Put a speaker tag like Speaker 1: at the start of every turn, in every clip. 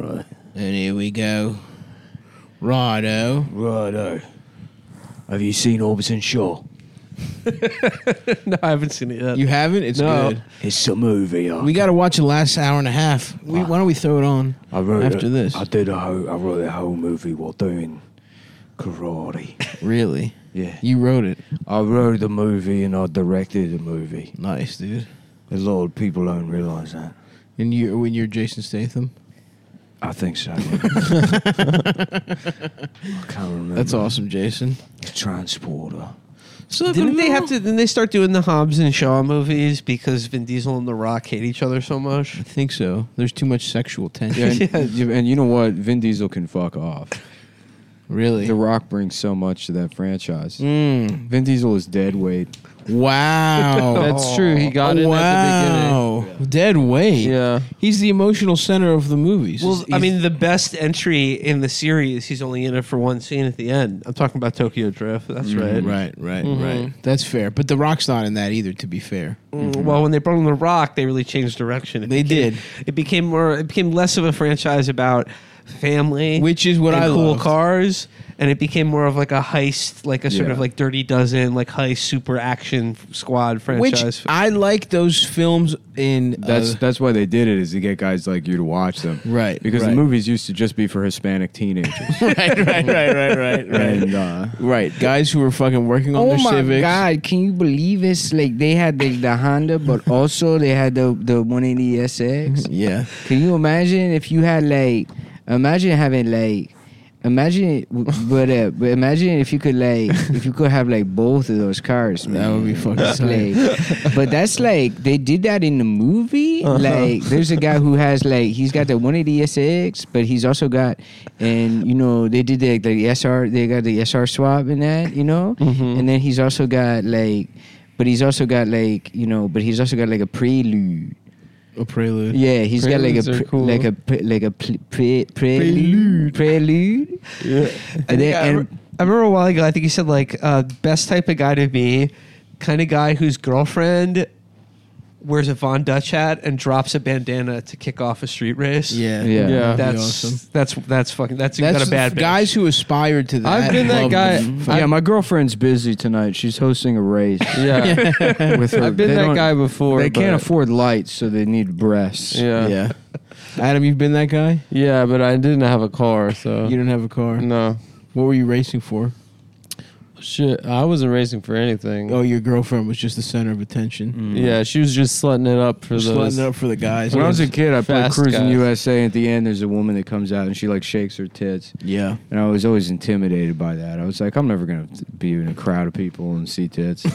Speaker 1: And here we go. Righto.
Speaker 2: Righto. Have you seen Orbison Shaw?
Speaker 3: no, I haven't seen it yet.
Speaker 1: You haven't? It's
Speaker 3: No.
Speaker 1: good.
Speaker 2: It's a movie. I,
Speaker 1: Uh, We got to watch the last hour and a half. We, why don't we throw it on
Speaker 2: I wrote
Speaker 1: after
Speaker 2: a-
Speaker 1: this?
Speaker 2: I did a whole. I wrote a whole movie while doing karate.
Speaker 1: really?
Speaker 2: Yeah.
Speaker 1: You wrote it.
Speaker 2: I wrote the movie and I directed the movie.
Speaker 1: Nice, dude.
Speaker 2: A lot of people don't realize that.
Speaker 1: And you when you're Jason Statham?
Speaker 2: I think so. I can't remember.
Speaker 1: That's awesome, Jason.
Speaker 2: Transporter.
Speaker 1: So
Speaker 3: Didn't they have to? Didn't they start doing the Hobbs and Shaw movies because Vin Diesel and The Rock hate each other so much?
Speaker 1: I think so. There's too much sexual
Speaker 4: Yeah,
Speaker 1: tension.
Speaker 4: and, you- and you know what? Vin Diesel can fuck off.
Speaker 1: Really?
Speaker 4: The Rock brings so much to that franchise.
Speaker 1: Mm.
Speaker 4: Vin Diesel is dead weight.
Speaker 1: Wow.
Speaker 4: That's true. He got in
Speaker 1: wow.
Speaker 4: at the beginning.
Speaker 1: Dead weight.
Speaker 4: Yeah.
Speaker 1: He's the emotional center of the movies.
Speaker 3: Well, I mean, the best entry in the series, he's only in it for one scene at the end. I'm talking about Tokyo Drift. That's right.
Speaker 1: Mm, right, right,
Speaker 4: Mm-hmm.
Speaker 1: right. That's fair. But The Rock's not in that either, to be fair.
Speaker 3: Mm, Well, when they brought in The Rock, they really changed direction. It
Speaker 1: They
Speaker 3: became-
Speaker 1: did.
Speaker 3: It became more. It became less of a franchise about family,
Speaker 1: Which is what
Speaker 3: and
Speaker 1: I
Speaker 3: cool
Speaker 1: loved.
Speaker 3: cars, and it became more of like a heist, like a sort
Speaker 4: Yeah.
Speaker 3: of like Dirty Dozen, like heist super action squad franchise.
Speaker 1: Which I like those films in. uh,
Speaker 4: That's that's why they did it is to get guys like you to watch them.
Speaker 1: Right,
Speaker 4: Because
Speaker 1: right.
Speaker 4: the movies used to just be for Hispanic teenagers.
Speaker 1: right, right, right, right, right, right.
Speaker 4: and uh,
Speaker 1: Right, guys who are fucking working on
Speaker 2: Oh
Speaker 1: their
Speaker 2: my
Speaker 1: civics.
Speaker 2: god! Can you believe it's like they had the, the Honda, but also they had the the 180 SX.
Speaker 1: Yeah,
Speaker 2: Can you imagine if you had like, imagine having like, imagine but uh, but imagine if you could like if you could have like both of those cars, man.
Speaker 1: that would be fucking
Speaker 2: It's
Speaker 1: sick. Uh-huh.
Speaker 2: like, but that's like they did that in the movie. Like, there's a guy who has like he's got the 180 SX, but he's also got, and you know they did the the SR. They got the SR swap in that, you know,
Speaker 1: Mm-hmm.
Speaker 2: and then he's also got like, but he's also got like you know, but he's also got like a prelude.
Speaker 1: A prelude.
Speaker 2: Yeah, he's got like a
Speaker 4: Preludes are
Speaker 2: pre,
Speaker 4: cool.
Speaker 2: like a pre, like a pl- pre, prelude prelude.
Speaker 3: I,
Speaker 2: Yeah, and
Speaker 3: think I,
Speaker 2: then, and,
Speaker 3: re- I remember a while ago. I think he said like uh, best type of guy to be, kind of guy whose girlfriend wears a Von Dutch hat and drops a bandana to kick off a street race.
Speaker 1: yeah,
Speaker 4: Yeah.
Speaker 1: that'd be
Speaker 3: that's
Speaker 1: awesome.
Speaker 3: that's that's fucking that's, you got a bad bitch.
Speaker 1: guys who aspired to that.
Speaker 4: I've been that
Speaker 1: love
Speaker 4: guy.
Speaker 1: them.
Speaker 4: I-
Speaker 2: yeah, my girlfriend's busy tonight. She's hosting a race.
Speaker 4: yeah.
Speaker 2: with her.
Speaker 4: I've been
Speaker 2: They
Speaker 4: that
Speaker 2: don't-
Speaker 4: guy before.
Speaker 2: They can't
Speaker 4: but-
Speaker 2: afford lights, so they need breasts.
Speaker 4: Yeah. yeah.
Speaker 1: yeah. Adam, you've been that guy.
Speaker 4: but I didn't have a car, so
Speaker 1: You didn't have a car.
Speaker 4: no.
Speaker 1: What were you racing for?
Speaker 4: Shit, I wasn't racing for anything.
Speaker 1: Oh, your girlfriend was just the center of attention.
Speaker 4: Yeah, she was just slutting it up for
Speaker 1: Just
Speaker 4: those.
Speaker 1: letting it up for the guys.
Speaker 2: Mm. When I was a kid, I played
Speaker 4: Fast
Speaker 2: Cruising
Speaker 4: guys.
Speaker 2: USA. and At the end, there's a woman that comes out and she like shakes her tits,
Speaker 1: yeah,
Speaker 2: and I was always intimidated by that. I was like, I'm never gonna be in a crowd of people and see tits.
Speaker 3: if,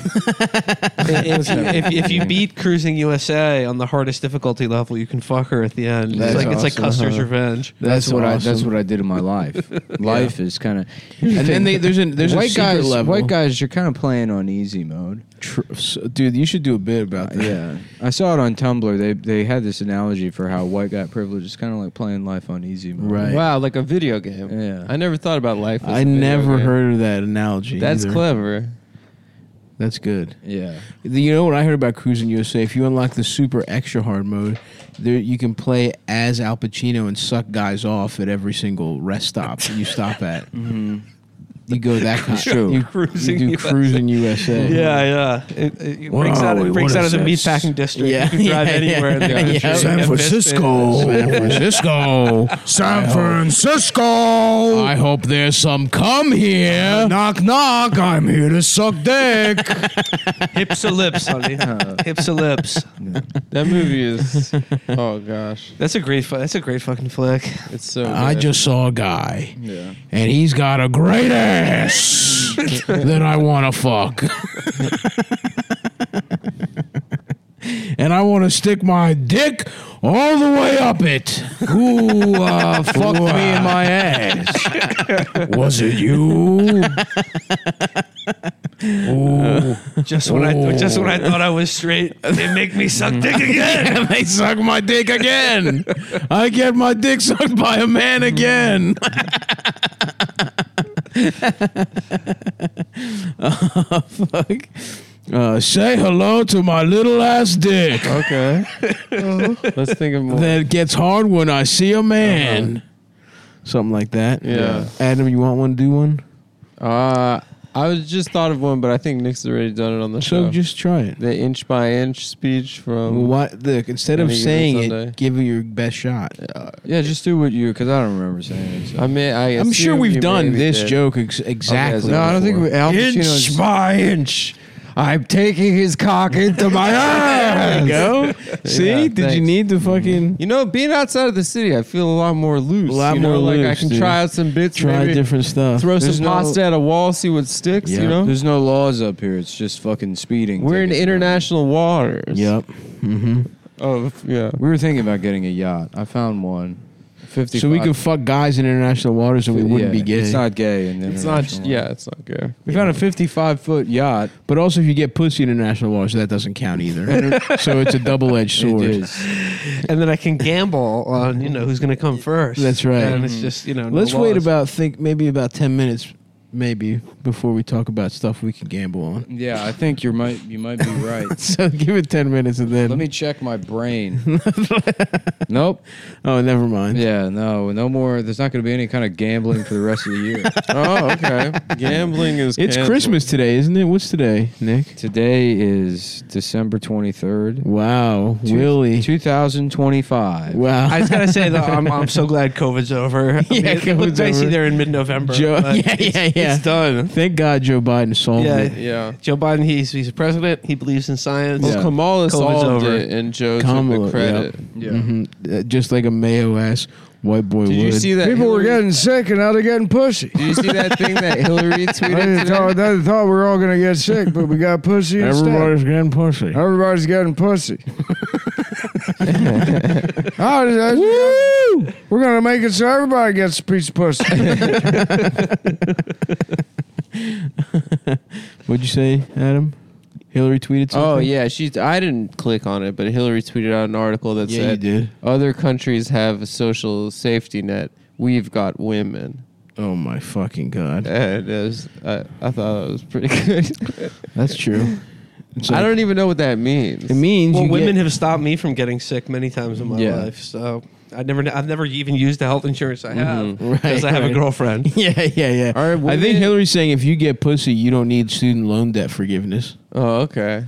Speaker 3: if, if you beat Cruising USA on the hardest difficulty level, you can fuck her at the end.
Speaker 2: That's
Speaker 3: it's like it's like
Speaker 2: awesome.
Speaker 3: Custer's
Speaker 1: Uh-huh.
Speaker 3: revenge.
Speaker 2: That's,
Speaker 1: That's
Speaker 2: what I. That's
Speaker 1: awesome.
Speaker 2: what I did in my life. Life is kind of.
Speaker 1: and then they, there's an there's a
Speaker 2: white
Speaker 1: secret
Speaker 2: guys.
Speaker 1: level.
Speaker 2: White guys, you're kind of playing on easy mode.
Speaker 1: Tr- so- dude, you should do a bit about that.
Speaker 2: Yeah, I saw it on Tumblr. They they had this analogy for how white guy privilege is kind of like playing life on easy mode.
Speaker 1: Right.
Speaker 4: Wow, like a video game.
Speaker 2: Yeah.
Speaker 4: I never thought about life. As
Speaker 1: I
Speaker 4: a video
Speaker 1: never
Speaker 4: game.
Speaker 1: heard of that analogy.
Speaker 4: That's
Speaker 1: either.
Speaker 4: clever.
Speaker 1: That's good.
Speaker 2: Yeah.
Speaker 1: The- You know what I heard about Cruising USA? If you unlock the super extra hard mode, there you can play as Al Pacino and suck guys off at every single rest stop you stop at.
Speaker 4: Mm-hmm.
Speaker 1: You go that kind.
Speaker 2: true.
Speaker 1: You,
Speaker 3: Cruising
Speaker 1: you do
Speaker 3: USA.
Speaker 1: Cruising USA.
Speaker 3: Yeah, yeah. It, it- it
Speaker 2: Where
Speaker 3: breaks
Speaker 2: are
Speaker 3: out,
Speaker 2: we?
Speaker 3: it breaks
Speaker 2: What
Speaker 3: out of
Speaker 2: is
Speaker 3: the
Speaker 2: this?
Speaker 3: meatpacking district.
Speaker 1: Yeah,
Speaker 3: You can drive
Speaker 1: yeah,
Speaker 3: anywhere in the
Speaker 1: yeah,
Speaker 3: country.
Speaker 1: yeah.
Speaker 3: You
Speaker 1: San
Speaker 3: get biscuits.
Speaker 1: San Francisco.
Speaker 5: San Francisco.
Speaker 1: I hope there's some come here.
Speaker 5: Knock knock. I'm here to suck dick.
Speaker 3: Hips to lips, honey. Hips to lips.
Speaker 4: That movie is. oh gosh,
Speaker 3: That's a great. Fu- that's a great fucking flick.
Speaker 4: it's so.
Speaker 1: I
Speaker 4: good.
Speaker 1: just saw a guy,
Speaker 4: Yeah.
Speaker 1: and he's got a great ass that I want to fuck. and I want to stick my dick all the way up it.
Speaker 5: Who uh, fucked me in my ass? Was it you? Ooh.
Speaker 3: Just when I just when I thought I was straight, they make me suck dick again.
Speaker 1: And they suck my dick again. I get my dick sucked by a man again. Oh, fuck. Uh, say hello to my little ass dick.
Speaker 4: Okay. Let's think of more.
Speaker 1: that gets hard when I see a man. something like that.
Speaker 2: Uh-huh. Yeah.
Speaker 1: Adam, you want one? Do one.
Speaker 2: Uh, I was just thought of one, but I think Nick's already done it on the
Speaker 1: So
Speaker 2: show.
Speaker 1: just try it.
Speaker 2: the inch by inch speech from.
Speaker 1: what? Look, instead of
Speaker 2: Any Given
Speaker 1: saying
Speaker 2: Sunday.
Speaker 1: it, give it your best shot.
Speaker 6: Yeah, just do what you because I don't remember saying it. So.
Speaker 2: I mean, I
Speaker 1: I'm sure
Speaker 2: assume
Speaker 1: we've
Speaker 2: you
Speaker 1: done
Speaker 2: maybe
Speaker 1: this
Speaker 2: did.
Speaker 1: joke ex- exactly.
Speaker 2: Okay,
Speaker 6: no, I don't think we, Al Pacino's.
Speaker 7: Inch by inch.
Speaker 6: I'm taking his cock into my
Speaker 1: There
Speaker 6: ass.
Speaker 1: you go. See,
Speaker 2: Yeah,
Speaker 1: did you
Speaker 2: thanks. Mm-hmm.
Speaker 1: need to fucking
Speaker 2: You know, being outside of the city, I feel a lot more loose.
Speaker 1: A lot
Speaker 2: you know?
Speaker 1: more
Speaker 2: like I
Speaker 1: loose,
Speaker 2: can
Speaker 1: dude.
Speaker 2: try out some bits,
Speaker 1: try
Speaker 2: maybe
Speaker 1: different stuff?
Speaker 2: throw
Speaker 6: There's
Speaker 2: some
Speaker 6: no-
Speaker 2: pasta at a wall, see what sticks.
Speaker 1: Yeah.
Speaker 2: You know,
Speaker 6: There's no laws up here. It's just fucking speeding.
Speaker 2: we're in
Speaker 6: tickets.
Speaker 2: international waters.
Speaker 1: Yep. Mm-hmm.
Speaker 2: Oh yeah.
Speaker 6: We were thinking about getting a yacht. I found one. Fifty.
Speaker 1: So we could fuck guys in international waters, and we wouldn't be gay.
Speaker 6: It's not gay. In
Speaker 2: It's not.
Speaker 6: international
Speaker 2: Yeah,
Speaker 6: waters.
Speaker 2: it's not good.
Speaker 6: We found a 55 foot yacht.
Speaker 1: but also, if you get pussy in international waters, that doesn't count either. so it's a double-edged
Speaker 6: It
Speaker 1: sword.
Speaker 6: is.
Speaker 3: and then I can gamble on you know who's going to come first.
Speaker 1: That's right.
Speaker 3: And it's just you know. no
Speaker 1: Let's wait
Speaker 3: laws.
Speaker 1: about think maybe about ten minutes, maybe before we talk about stuff we can gamble on.
Speaker 6: Yeah, I think you might you might be right.
Speaker 1: So give it ten minutes and then.
Speaker 6: Let me check my brain. nope.
Speaker 1: oh, never mind.
Speaker 6: Yeah, no, no more. There's not going to be any kind of gambling for the rest of the year.
Speaker 2: Oh okay. Gambling is.
Speaker 1: It's
Speaker 2: canceled.
Speaker 1: Christmas today, isn't it? What's today, Nick?
Speaker 6: Today is December 23rd,
Speaker 1: Wow,
Speaker 6: Two-
Speaker 1: Willie.
Speaker 6: 2025.
Speaker 1: wow.
Speaker 3: I just gotta say though, I'm, I'm so glad COVID's over. I mean,
Speaker 1: Yeah,
Speaker 3: it looked
Speaker 1: COVID's
Speaker 3: dicey
Speaker 1: over.
Speaker 3: there in mid-November.
Speaker 1: Joe-
Speaker 3: but
Speaker 1: yeah,
Speaker 3: it's-
Speaker 1: yeah, yeah.
Speaker 3: It's done.
Speaker 1: Thank God Joe Biden solved
Speaker 3: Yeah.
Speaker 1: it.
Speaker 2: Yeah.
Speaker 3: Joe Biden, he's he's a president. He believes in science.
Speaker 2: Well, Kamala solved
Speaker 3: over.
Speaker 2: it, and Joe took
Speaker 1: Kamala,
Speaker 2: the credit.
Speaker 6: Yeah.
Speaker 1: hmm just like a mayo ass white boy
Speaker 2: Did
Speaker 1: would.
Speaker 2: you see that?
Speaker 6: People were
Speaker 2: Hillary-
Speaker 6: getting sick and now they're getting pussy.
Speaker 2: Did you see that thing that Hillary
Speaker 6: I
Speaker 2: tweeted?
Speaker 6: didn't
Speaker 2: today?
Speaker 6: thought, they thought we were all going to get sick, but we got pussy instead.
Speaker 1: Everybody's getting pussy.
Speaker 6: Everybody's getting pussy. I was- I was- We're going to make it so everybody gets a piece of pussy.
Speaker 1: What'd you say, Adam? Hillary tweeted something.
Speaker 2: Oh yeah, she. I didn't click on it, but Hillary tweeted out an article that
Speaker 1: yeah, you
Speaker 2: said
Speaker 1: did.
Speaker 2: other countries have a social safety net. We've got women.
Speaker 1: Oh my fucking god,
Speaker 2: And it was, I, I thought it was pretty good.
Speaker 1: that's true. It's
Speaker 2: I
Speaker 1: like-
Speaker 2: don't even know what that means.
Speaker 1: It means
Speaker 3: Well,
Speaker 1: you
Speaker 3: women
Speaker 1: get,
Speaker 3: have stopped me from getting sick many times in my
Speaker 6: Yeah.
Speaker 3: life. So I never, I've never even used the health insurance I have because
Speaker 1: Right,
Speaker 3: I have
Speaker 1: right.
Speaker 3: a girlfriend.
Speaker 1: Yeah, yeah, yeah.
Speaker 2: Are
Speaker 1: I
Speaker 2: women-
Speaker 1: think Hillary's saying if you get pussy, you don't need student loan debt forgiveness.
Speaker 2: Oh, okay.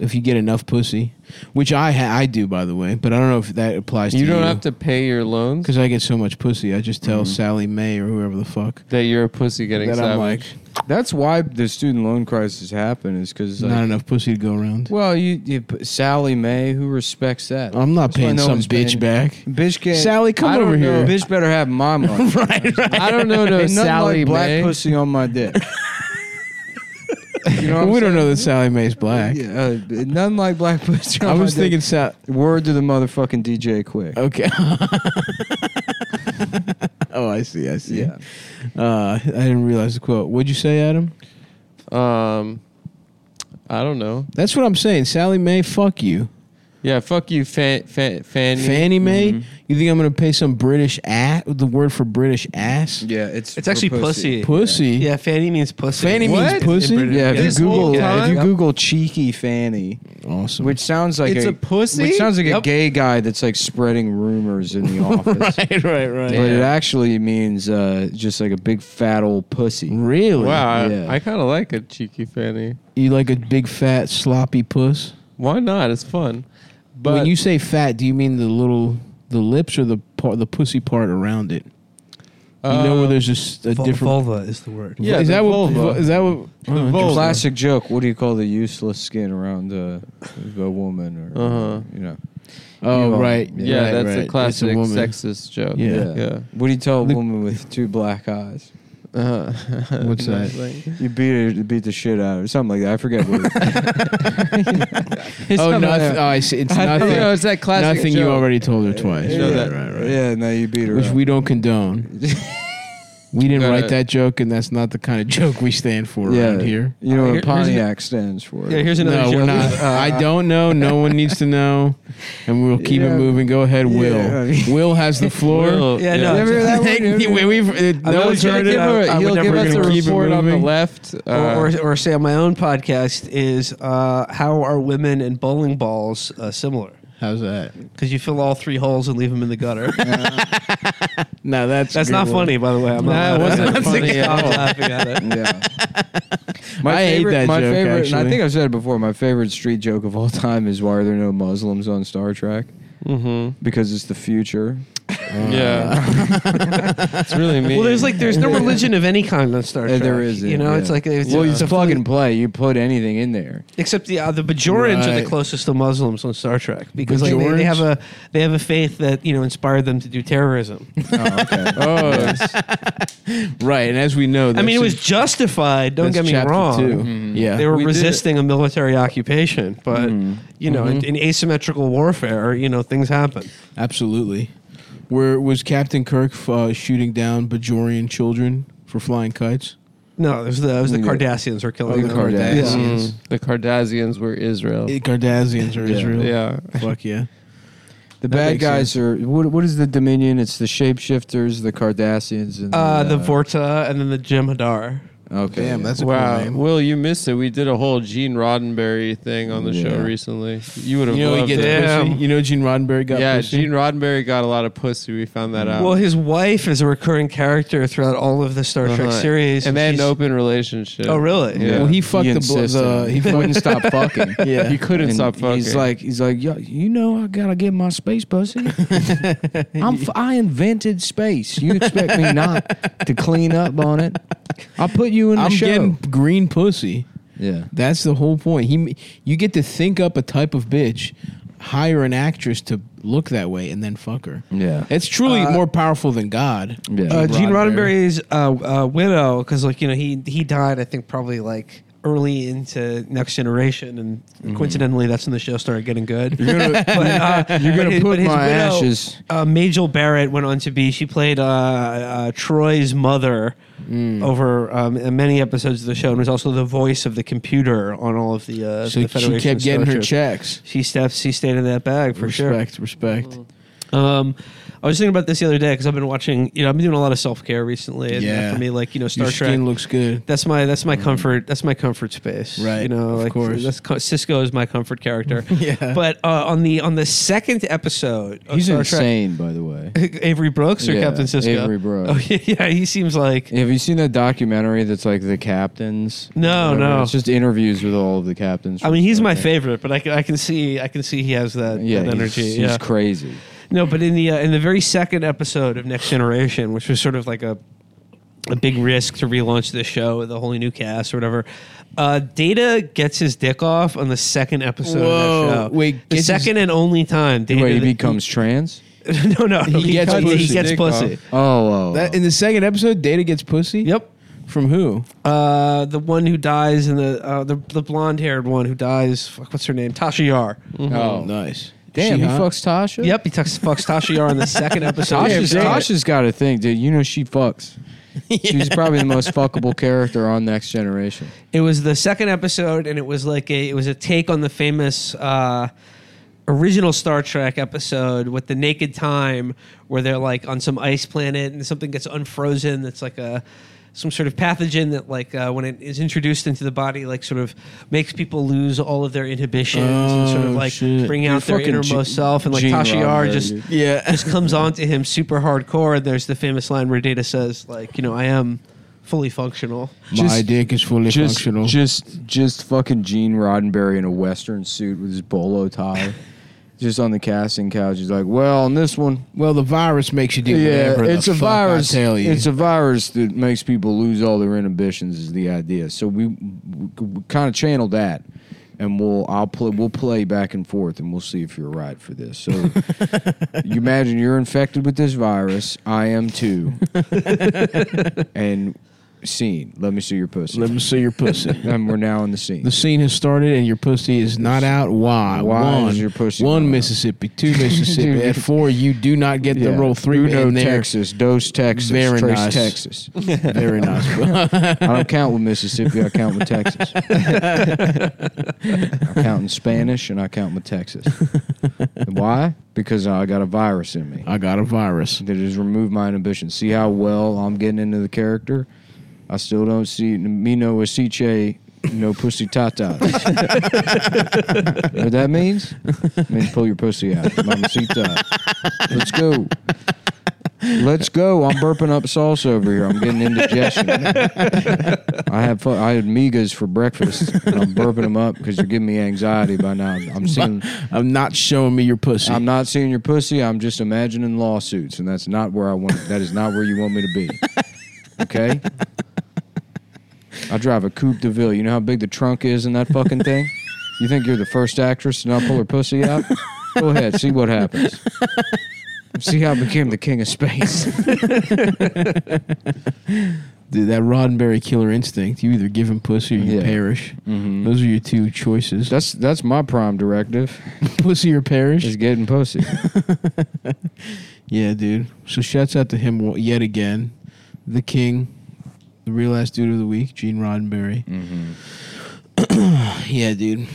Speaker 1: If you get enough pussy, which I ha- I do by the way, but I don't know if that applies to
Speaker 2: You
Speaker 1: you.
Speaker 2: don't have to pay your loans Mm-hmm.
Speaker 1: because I get so much pussy. I just tell Sally May or whoever the fuck
Speaker 2: that you're a pussy getting
Speaker 1: that I'm like
Speaker 2: savage.
Speaker 6: That's why the student loan crisis happened, is because,
Speaker 1: not enough pussy to go around.
Speaker 6: well, you, you put Sally Mae, who respects that?
Speaker 2: Um,
Speaker 1: I'm not
Speaker 6: That's why
Speaker 1: paying
Speaker 6: no
Speaker 1: some
Speaker 6: one's
Speaker 1: bitch
Speaker 6: paying-
Speaker 1: back.
Speaker 6: Bitch can't.
Speaker 1: Sally, come
Speaker 6: I don't
Speaker 1: over here.
Speaker 6: know. Bitch better have my money.
Speaker 1: right, right.
Speaker 2: I don't know no
Speaker 6: Ain't nothing
Speaker 2: Sally
Speaker 6: like black
Speaker 2: May.
Speaker 6: pussy on my dick. you know
Speaker 1: we
Speaker 6: what I'm
Speaker 1: don't
Speaker 6: saying?
Speaker 1: know that Sally Mae's black.
Speaker 6: Yeah, uh, nothing like black pussy. On
Speaker 1: I
Speaker 6: my
Speaker 1: was
Speaker 6: dick.
Speaker 1: thinking Sal.
Speaker 6: Word to the motherfucking DJ quick.
Speaker 1: Okay. oh, I see. I see.
Speaker 6: Yeah.
Speaker 1: Uh, I didn't realize the quote. What'd you say, Adam?
Speaker 2: Um, I don't know.
Speaker 1: That's what I'm saying. Sally Mae, fuck you.
Speaker 2: Yeah, fuck you, fan, fan, Fanny.
Speaker 1: Fannie Mae,
Speaker 6: Mm-hmm.
Speaker 1: you think I'm going to pay some British ass, the word for British ass?
Speaker 6: Yeah, it's
Speaker 3: It's
Speaker 6: for
Speaker 3: actually pussy.
Speaker 1: Pussy.
Speaker 3: Yeah, Fanny means pussy.
Speaker 1: Fanny means
Speaker 3: In
Speaker 1: pussy?
Speaker 3: British-
Speaker 6: Yeah, if
Speaker 3: This
Speaker 6: you
Speaker 3: whole
Speaker 6: Google
Speaker 3: time?
Speaker 6: if you Google cheeky fanny,
Speaker 1: Awesome.
Speaker 6: which sounds like
Speaker 2: It's a pussy?
Speaker 6: which sounds like a
Speaker 2: Yep.
Speaker 6: gay guy that's like spreading rumors in the
Speaker 1: right,
Speaker 6: office,
Speaker 1: right, right.
Speaker 6: but it actually means uh, just like a big fat old pussy.
Speaker 1: Really?
Speaker 2: Wow,
Speaker 6: Yeah.
Speaker 2: Uh, I, kind of like a cheeky Fanny.
Speaker 1: You like a big fat sloppy puss?
Speaker 2: Why not? It's fun. But
Speaker 1: when you say fat, do you mean the little the lips or the part, the pussy part around it? You know where there's just a
Speaker 3: Vul-
Speaker 1: different.
Speaker 3: vulva is the word.
Speaker 2: Uh, yeah,
Speaker 1: is
Speaker 2: the
Speaker 1: that what?
Speaker 2: vulva.
Speaker 1: Is that what? oh,
Speaker 2: vulva.
Speaker 6: Classic joke. What do you call the useless skin around uh, a woman or
Speaker 2: Uh-huh.
Speaker 6: you know?
Speaker 1: Oh,
Speaker 6: You are.
Speaker 1: right.
Speaker 2: Yeah,
Speaker 1: right,
Speaker 2: that's
Speaker 1: right.
Speaker 2: a classic
Speaker 1: woman.
Speaker 2: sexist joke.
Speaker 1: Yeah.
Speaker 2: yeah.
Speaker 6: What do you tell a
Speaker 1: The-
Speaker 6: woman with two black eyes?
Speaker 2: Uh,
Speaker 1: What's that? Oh,
Speaker 2: nothing.
Speaker 6: You beat her, you beat the shit out of her, something like that. I forget. What it-
Speaker 1: Oh,
Speaker 6: Something like
Speaker 1: nothing.
Speaker 6: that.
Speaker 1: Oh, I see. It's
Speaker 2: I
Speaker 1: nothing.
Speaker 2: don't know, it's that classic
Speaker 1: nothing you
Speaker 2: joke.
Speaker 1: already told her twice.
Speaker 2: You know
Speaker 1: Right,
Speaker 2: that-
Speaker 1: right, right.
Speaker 6: Yeah, no, you beat her.
Speaker 1: Which
Speaker 6: up.
Speaker 1: we don't condone. we didn't
Speaker 2: Gotta-
Speaker 1: write that joke, and that's not the kind of joke we stand for around here.
Speaker 6: You
Speaker 3: Uh,
Speaker 6: know
Speaker 3: here-
Speaker 6: what
Speaker 3: here's
Speaker 6: Pontiac stands for.
Speaker 3: Yeah, here's another
Speaker 1: No,
Speaker 3: joke.
Speaker 1: we're not. Uh, I don't know. No one needs to know, and we'll keep
Speaker 6: Yeah.
Speaker 1: it moving. Go ahead,
Speaker 6: Yeah,
Speaker 1: Will.
Speaker 6: I mean-
Speaker 1: Will has the floor.
Speaker 2: Will,
Speaker 3: Yeah,
Speaker 6: You ever
Speaker 3: no.
Speaker 6: hear that one? You ever hear
Speaker 1: When
Speaker 6: that
Speaker 1: we've- uh, no
Speaker 3: not
Speaker 1: one's
Speaker 3: sure
Speaker 1: heard
Speaker 3: if
Speaker 1: it.
Speaker 3: I- I would
Speaker 2: he'll
Speaker 3: never
Speaker 2: give
Speaker 1: we're
Speaker 2: us a
Speaker 1: gonna keep it
Speaker 2: report on the
Speaker 1: moving.
Speaker 2: left. Uh,
Speaker 3: or, or, or say on my own podcast is uh, how are women and bowling balls uh, similar?
Speaker 1: Oh. How's that?
Speaker 3: Because you fill all three holes and leave them in the gutter.
Speaker 1: No, that's a
Speaker 3: That's
Speaker 1: good
Speaker 3: not
Speaker 1: one.
Speaker 3: funny, by the way. I'm
Speaker 8: Nah,
Speaker 3: not
Speaker 8: it wasn't funny at
Speaker 3: I'm
Speaker 8: all.
Speaker 3: laughing at it.
Speaker 6: Yeah.
Speaker 1: I hate that
Speaker 6: my
Speaker 1: joke,
Speaker 6: favorite, and I
Speaker 1: actually.
Speaker 6: think I've said it before. My favorite street joke of all time is why are there no Muslims on Star Trek?
Speaker 8: Mm-hmm.
Speaker 6: Because it's the future. Uh,
Speaker 8: yeah. it's really mean.
Speaker 3: Well, there's like there's no religion of any kind on Star
Speaker 6: Uh,
Speaker 3: Trek.
Speaker 6: there isn't,
Speaker 3: You know, it's
Speaker 6: yeah.
Speaker 3: like it's,
Speaker 6: well,
Speaker 3: it's
Speaker 6: it's
Speaker 3: a
Speaker 6: plug and play. You put anything in there.
Speaker 3: Except the uh, the Bajorans are the
Speaker 1: Right.
Speaker 3: closest to Muslims on Star Trek because like, they, they
Speaker 1: Bajorans?
Speaker 3: have a they have a faith that you know inspired them to do terrorism.
Speaker 6: Oh, okay.
Speaker 1: Oh, right. And as we know,
Speaker 3: I mean, it
Speaker 1: that's
Speaker 3: was
Speaker 1: in-
Speaker 3: justified. Don't
Speaker 1: that's
Speaker 3: get me
Speaker 1: chapter
Speaker 3: wrong.
Speaker 1: two.
Speaker 6: Mm-hmm.
Speaker 1: Yeah,
Speaker 3: They were
Speaker 8: We did it.
Speaker 3: resisting a military occupation, but you know, in, in asymmetrical warfare, you know, things happen.
Speaker 1: absolutely. Where was Captain Kirk uh, shooting down Bajorian children for flying kites?
Speaker 3: No, it was the it was the
Speaker 6: Yeah.
Speaker 3: Cardassians were killing
Speaker 1: the
Speaker 3: them.
Speaker 1: Cardassians.
Speaker 3: Yeah.
Speaker 8: Mm, the Cardassians were Israel.
Speaker 1: The Cardassians or
Speaker 6: Mm. Yeah.
Speaker 1: Eh, Israel?
Speaker 8: Yeah.
Speaker 1: Fuck yeah.
Speaker 6: The
Speaker 1: That
Speaker 6: bad
Speaker 1: makes
Speaker 6: guys are what? What is the Dominion? It's the shapeshifters, the Cardassians, and uh,
Speaker 3: Uh, the Vorta and then the Jem'Hadar.
Speaker 6: Okay,
Speaker 1: Damn, that's a
Speaker 8: wow.
Speaker 1: cool name.
Speaker 8: Will, you missed it. We did a whole Gene Roddenberry thing on the show
Speaker 6: Yeah.
Speaker 8: recently. You would have
Speaker 1: You know he
Speaker 8: loved
Speaker 1: gets
Speaker 8: it.
Speaker 1: pussy.
Speaker 3: Damn.
Speaker 1: You know Gene Roddenberry got
Speaker 8: Yeah,
Speaker 1: pussy.
Speaker 8: Gene Roddenberry got a lot of pussy. We found that out.
Speaker 3: Well, his wife is a recurring character throughout all of the Star Trek
Speaker 8: Uh-huh.
Speaker 3: series,
Speaker 8: and they had an
Speaker 3: she's-
Speaker 8: open relationship.
Speaker 3: Oh, really?
Speaker 8: Yeah.
Speaker 1: Well, he fucked the, bl-
Speaker 6: insisted.
Speaker 1: the he
Speaker 6: he
Speaker 1: fucked
Speaker 6: wouldn't stop fucking.
Speaker 1: yeah.
Speaker 8: He couldn't
Speaker 6: And
Speaker 8: stop fucking.
Speaker 6: He's like, he's like, "Yo, you know, I gotta get my space pussy. I'm, f- I invented space. You expect me not to clean up on it? I'll put you in the
Speaker 1: I'm
Speaker 6: show.
Speaker 1: getting green pussy.
Speaker 6: yeah,
Speaker 1: That's the whole point. He, you get to think up a type of bitch, hire an actress to look that way, and then fuck her.
Speaker 6: yeah,
Speaker 1: It's truly
Speaker 3: Uh,
Speaker 1: more powerful than God.
Speaker 6: yeah.
Speaker 3: uh, Gene Roddenberry's uh, uh, widow, because like you know he he died, I think probably like early into Next Generation, and
Speaker 1: Mm-hmm.
Speaker 3: coincidentally that's when the show started getting good. You're gonna, but, uh,
Speaker 6: You're gonna
Speaker 3: but his-
Speaker 6: put
Speaker 3: but his
Speaker 6: my
Speaker 3: widow,
Speaker 6: ashes-
Speaker 3: Uh, Majel Barrett went on to be she played uh, uh, Troy's mother
Speaker 1: Mm.
Speaker 3: over um, in many episodes of the show, and was also the voice of the computer on all of the. Uh,
Speaker 1: So
Speaker 3: the Federation
Speaker 1: she kept getting
Speaker 3: Star
Speaker 1: her
Speaker 3: Troops.
Speaker 1: checks.
Speaker 3: She steps. She stayed in that bag for sure.
Speaker 1: respect, respect.
Speaker 3: Um, I was thinking about this the other day because I've been watching. You know, I've been doing a lot of self care recently. And
Speaker 1: Yeah.
Speaker 3: for me, like you know, Star
Speaker 1: Your
Speaker 3: Trek.
Speaker 1: skin looks good.
Speaker 3: that's my that's
Speaker 6: Mm.
Speaker 3: my comfort. That's my comfort space.
Speaker 1: Right,
Speaker 3: You know,
Speaker 1: of
Speaker 3: like
Speaker 1: course.
Speaker 3: that's co- Cisco is my comfort character.
Speaker 1: Yeah.
Speaker 3: But uh, on the on the second episode, of
Speaker 6: He's
Speaker 3: Star
Speaker 6: insane, by the way.
Speaker 3: Trek, Avery Brooks or
Speaker 6: Yeah,
Speaker 3: Captain Cisco?
Speaker 6: Avery Brooks.
Speaker 3: Oh yeah, yeah, he seems like.
Speaker 6: Have you seen that documentary that's like the captains?
Speaker 3: No,
Speaker 6: Whatever.
Speaker 3: no.
Speaker 6: It's just interviews with all of the captains.
Speaker 3: I mean, he's my
Speaker 6: Okay.
Speaker 3: favorite, but I can, I can see I can see he has that,
Speaker 6: Yeah,
Speaker 3: that
Speaker 6: he's-
Speaker 3: energy.
Speaker 6: He's,
Speaker 3: yeah.
Speaker 6: crazy.
Speaker 3: No, but in the uh, in the very second episode of Next Generation, which was sort of like a a big risk to relaunch this show with a wholly new cast or whatever. Uh, Data gets his dick off on the second episode of
Speaker 1: Whoa,
Speaker 3: that show.
Speaker 1: wait,
Speaker 3: the
Speaker 1: gets his-
Speaker 3: second and only time. Data
Speaker 6: Wait, he becomes trans?
Speaker 3: no, no, he,
Speaker 1: gets
Speaker 3: gets,
Speaker 1: pussy.
Speaker 3: he gets
Speaker 8: Dick
Speaker 3: pussy.
Speaker 8: off.
Speaker 6: Oh, oh, oh.
Speaker 1: That in the second episode, Data gets pussy.
Speaker 3: Yep.
Speaker 1: From who?
Speaker 3: Uh, the one who dies in the uh, the, the blonde haired one who dies. Fuck, what's her name? Tasha Yar.
Speaker 1: Oh, nice.
Speaker 6: damn,
Speaker 1: She
Speaker 6: he
Speaker 1: hot?
Speaker 6: fucks Tasha.
Speaker 3: Yep, he tucks, fucks Tasha Yar in the second episode.
Speaker 6: Tasha's,
Speaker 3: Yeah,
Speaker 6: Tasha's got a thing, dude. You know she fucks. She's probably the most fuckable character on Next Generation.
Speaker 3: It was the second episode, and it was like a it was a take on the famous uh, original Star Trek episode with the Naked Time, where they're like on some ice planet and something gets unfrozen. That's like a some sort of pathogen that like uh, when it is introduced into the body, like sort of makes people lose all of their inhibitions and sort of
Speaker 1: Oh,
Speaker 3: like
Speaker 1: shit.
Speaker 3: bring
Speaker 6: You're
Speaker 3: out their
Speaker 6: fucking
Speaker 3: innermost
Speaker 6: Gene-
Speaker 3: self. And like
Speaker 6: Gene
Speaker 3: Tasha Yar
Speaker 6: Roddenberry,
Speaker 3: just
Speaker 6: dude.
Speaker 1: Yeah. uh,
Speaker 3: just comes on to him super hardcore. And there's the famous line where Data says like, you know, I am fully functional.
Speaker 1: My
Speaker 6: Just-
Speaker 1: dick is fully
Speaker 6: Just,
Speaker 1: functional.
Speaker 6: just, just fucking Gene Roddenberry in a western suit with his bolo tie, just on the casting couch. He's like, "Well, on this one,
Speaker 1: well, the virus makes you do
Speaker 6: yeah,
Speaker 1: whatever.
Speaker 6: it's
Speaker 1: the
Speaker 6: a
Speaker 1: fuck
Speaker 6: virus.
Speaker 1: I tell you,
Speaker 6: It's a virus that makes people lose all their inhibitions. Is the idea? So we, kind of channel that, and we'll I'll play we'll play back and forth, and we'll see if you're right for this. So you imagine you're infected with this virus. I am too, and scene. Let me see your pussy.
Speaker 1: Let me see your pussy.
Speaker 6: and we're now in the scene.
Speaker 1: The scene has started and your pussy is not out. Why?
Speaker 6: Why
Speaker 1: one,
Speaker 6: is your pussy
Speaker 1: one
Speaker 6: not out?
Speaker 1: Mississippi, two Mississippi, at four you do not get the roll. Three
Speaker 6: Uno,
Speaker 1: in there.
Speaker 6: Texas, Dos, Texas,
Speaker 1: Very
Speaker 6: Trace,
Speaker 1: nice.
Speaker 6: Texas.
Speaker 1: Very nice.
Speaker 6: I don't count with Mississippi. I count with Texas. I count in Spanish and I count with Texas. Why? Because I got a virus in me
Speaker 1: I got a virus.
Speaker 6: that has removed my inhibition. See how well I'm getting into the character? I still don't see me no asiche, no pussy tatas. what that means? It means pull your pussy out. Mamacita. Let's go. Let's go. I'm burping up sauce over here. I'm getting indigestion. I had fu- I had migas for breakfast, and I'm burping them up because you're giving me anxiety by now. I'm seeing
Speaker 1: I'm not showing me your pussy.
Speaker 6: I'm not seeing your pussy. I'm just imagining lawsuits, and that's not where I want. That is not where you want me to be. Okay. I drive a coupe de ville. You know how big the trunk is in that fucking thing. You think you're the first actress to not pull her pussy out? Go ahead, see what happens. See how I became the king of space.
Speaker 1: Dude, that Roddenberry killer instinct. You either give him pussy or you
Speaker 6: Yeah.
Speaker 1: perish.
Speaker 6: Mhm.
Speaker 1: Those are your two choices.
Speaker 6: That's that's my prime directive
Speaker 1: pussy or perish.
Speaker 6: is getting pussy.
Speaker 1: Yeah, dude. So shouts out to him wa- yet again. The king, the real ass dude of the week, Gene Roddenberry. yeah, dude.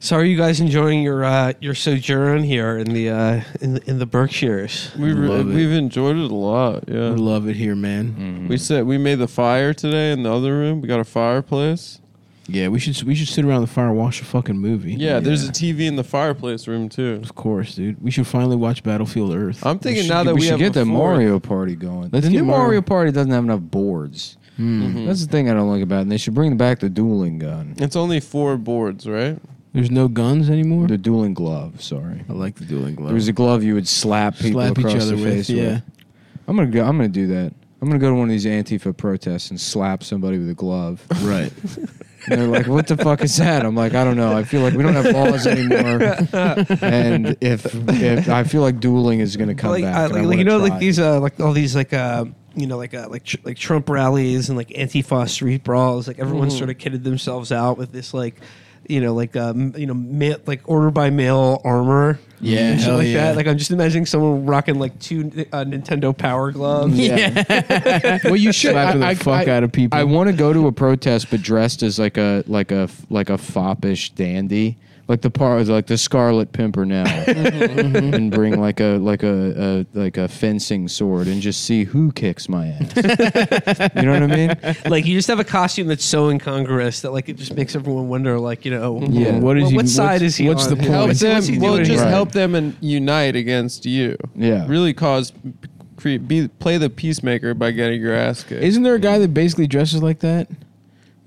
Speaker 3: So, are you guys enjoying your uh, your sojourn here in the uh, in the, in the Berkshires?
Speaker 4: We re-
Speaker 1: Love it.
Speaker 4: we've enjoyed it a lot.
Speaker 1: I
Speaker 4: Yeah,
Speaker 1: love it here, man.
Speaker 4: we said we made the fire today in the other room. We got a fireplace.
Speaker 1: Yeah, we should we should sit around the fire and watch a fucking movie.
Speaker 4: Yeah, there's a TV in the fireplace room too.
Speaker 1: Of course, dude. We should finally watch Battlefield Earth.
Speaker 4: I'm thinking
Speaker 6: should-
Speaker 4: now that
Speaker 6: we
Speaker 4: we,
Speaker 6: should
Speaker 4: have
Speaker 6: get
Speaker 4: a
Speaker 6: that
Speaker 4: fourth-
Speaker 6: Mario Party going.
Speaker 1: Let's get
Speaker 6: the new
Speaker 1: Mario-
Speaker 6: Mario. Party doesn't have enough boards. Mm-hmm. That's the thing I don't like about. it. And they should bring back the dueling gun,
Speaker 4: It's only four boards, right?
Speaker 1: There's no guns anymore.
Speaker 6: the dueling glove. Sorry,
Speaker 3: Oh,
Speaker 1: I like the dueling glove.
Speaker 6: there was a glove you would slap people
Speaker 1: Slap each
Speaker 6: across
Speaker 1: other
Speaker 6: the
Speaker 1: with,
Speaker 6: face
Speaker 1: yeah.
Speaker 6: with. I'm gonna go. I'm gonna do that. I'm gonna go to one of these Antifa protests and slap somebody with a glove.
Speaker 1: right.
Speaker 6: And they're like, "What the fuck is that?" I'm like, "I don't know. I feel like we don't have laws anymore, and if, if I feel like dueling is gonna come
Speaker 3: like,
Speaker 6: back,
Speaker 3: uh,
Speaker 6: and I
Speaker 3: like, like,
Speaker 6: wanna
Speaker 3: you know,
Speaker 6: try
Speaker 3: like
Speaker 6: it.
Speaker 3: these, uh, like all these, like uh, you know, like uh, like tr- like Trump rallies and like Antifa street brawls. Like everyone sort of kitted themselves out with this, like you know, like um, you know, ma- like order by mail armor.
Speaker 1: Yeah,
Speaker 3: and shit
Speaker 1: hell
Speaker 3: like
Speaker 1: yeah.
Speaker 3: that. Like I'm just imagining someone rocking like two uh, Nintendo Power gloves.
Speaker 6: well, you should.
Speaker 1: Slapping the fuck out of people.
Speaker 6: I want to go to a protest, but dressed as like a like a like a foppish dandy, like the part like the Scarlet Pimpernel,
Speaker 3: Mm-hmm.
Speaker 6: and bring like a like a, a like a fencing sword and just see who kicks my ass. you know what I mean?
Speaker 3: like you just have a costume that's so incongruous that like it just makes everyone wonder, like you know,
Speaker 1: Yeah.
Speaker 3: what,
Speaker 1: What is he?
Speaker 3: what side
Speaker 1: what's-
Speaker 3: is he
Speaker 1: What's
Speaker 3: on?
Speaker 1: the
Speaker 3: What's-
Speaker 1: point?
Speaker 4: Help
Speaker 3: what's he
Speaker 4: them. Well,
Speaker 3: doing
Speaker 4: just
Speaker 3: here?
Speaker 4: help them and unite against you.
Speaker 6: Yeah.
Speaker 4: Really cause create be play the peacemaker by getting your ass kicked.
Speaker 1: Isn't there a guy that basically dresses like that? Isn't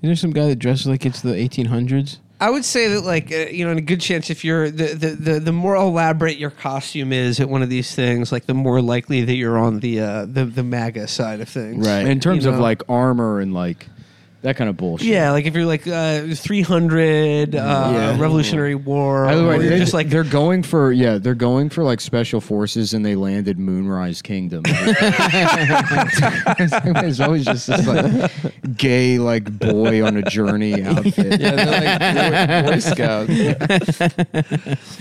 Speaker 1: there some guy that dresses like it's the 1800s?
Speaker 3: I would say that, like, uh, you know, in a good chance, if you're the, the, the, the more elaborate your costume is at one of these things, like, the more likely that you're on the uh, the, the MAGA side of things.
Speaker 1: Right.
Speaker 6: In terms
Speaker 3: You
Speaker 6: of
Speaker 3: know.
Speaker 6: like armor and like that kind of bullshit.
Speaker 3: Yeah, like if you're like uh, 300, uh,
Speaker 1: Yeah.
Speaker 3: Revolutionary War,
Speaker 6: By the way,
Speaker 3: or you're
Speaker 6: they-
Speaker 3: just like
Speaker 6: they're going for yeah, they're going for like special forces, and they landed Moonrise Kingdom. it's always just this like gay like boy on a journey outfit.
Speaker 4: yeah, they're like Boy, Boy Scouts.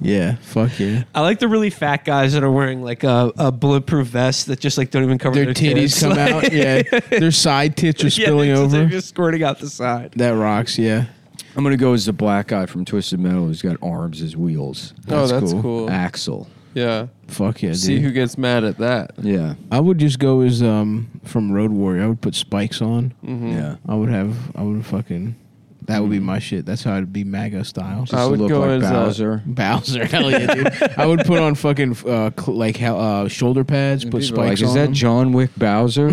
Speaker 1: Yeah. Fuck yeah.
Speaker 3: I like the really fat guys that are wearing like a, a bulletproof vest that just like don't even cover
Speaker 1: Their
Speaker 3: their,
Speaker 1: titties
Speaker 3: tits.
Speaker 1: come
Speaker 3: Like-
Speaker 1: out. Yeah. Their side tits are
Speaker 3: Yeah,
Speaker 1: spilling
Speaker 3: it's just-
Speaker 1: over.
Speaker 3: They're just squirting out the side.
Speaker 1: That rocks. Yeah.
Speaker 6: I'm gonna go as the black guy from Twisted Metal who's got arms as wheels.
Speaker 4: Oh, that's cool.
Speaker 6: Axel.
Speaker 4: Yeah.
Speaker 1: Fuck yeah, dude.
Speaker 4: See who gets mad at that.
Speaker 6: Yeah,
Speaker 1: I would just go as um from Road Warrior. I would put spikes on.
Speaker 6: yeah.
Speaker 1: I would have. I would fucking. That would be my shit. That's how I'd be MAGA style.
Speaker 4: I
Speaker 6: To
Speaker 4: would
Speaker 6: look
Speaker 4: go
Speaker 6: like
Speaker 4: as, uh,
Speaker 6: Bowser.
Speaker 1: Bowser, hell yeah, dude. I would put on fucking uh, cl- like hell- uh, shoulder pads, put
Speaker 6: People are like,
Speaker 1: spikes
Speaker 6: is
Speaker 1: on.
Speaker 6: that
Speaker 1: them.
Speaker 6: John Wick Bowser?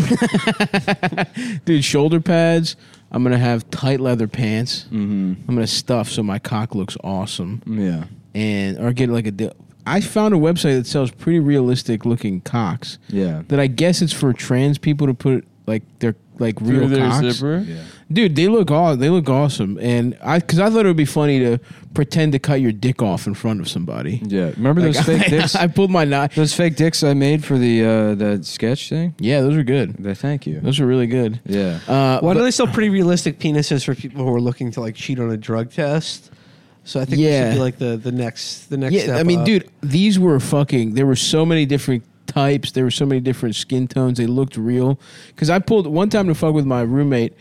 Speaker 1: dude, shoulder pads. I'm gonna have tight leather pants. I'm gonna stuff so my cock looks awesome,
Speaker 6: yeah.
Speaker 1: and or get like a. Di- I found a website that sells pretty realistic looking cocks.
Speaker 6: Yeah.
Speaker 1: That I guess it's for trans people to put like their like real
Speaker 4: Through their
Speaker 1: cocks.
Speaker 4: zipper.
Speaker 6: Yeah.
Speaker 1: Dude, they look aw- they look awesome, and I because I thought it would be funny to pretend to cut your dick off in front of somebody.
Speaker 6: Yeah. Remember
Speaker 1: Like,
Speaker 6: those fake dicks?
Speaker 1: I pulled my knife.
Speaker 6: those fake dicks I made for the uh, that sketch thing?
Speaker 1: Yeah, those are good.
Speaker 6: They thank you.
Speaker 1: Those are really good.
Speaker 6: Yeah.
Speaker 1: Uh,
Speaker 3: Why do
Speaker 1: but-
Speaker 3: they sell pretty realistic penises for people who are looking to like cheat on a drug test? So I think yeah.
Speaker 1: Yeah.
Speaker 3: should be like the, the next the next.
Speaker 1: yeah,
Speaker 3: step
Speaker 1: I mean,
Speaker 3: up.
Speaker 1: dude, these were fucking. There were so many different types. There were so many different skin tones. They looked real. Because I pulled one time to fuck with my roommate.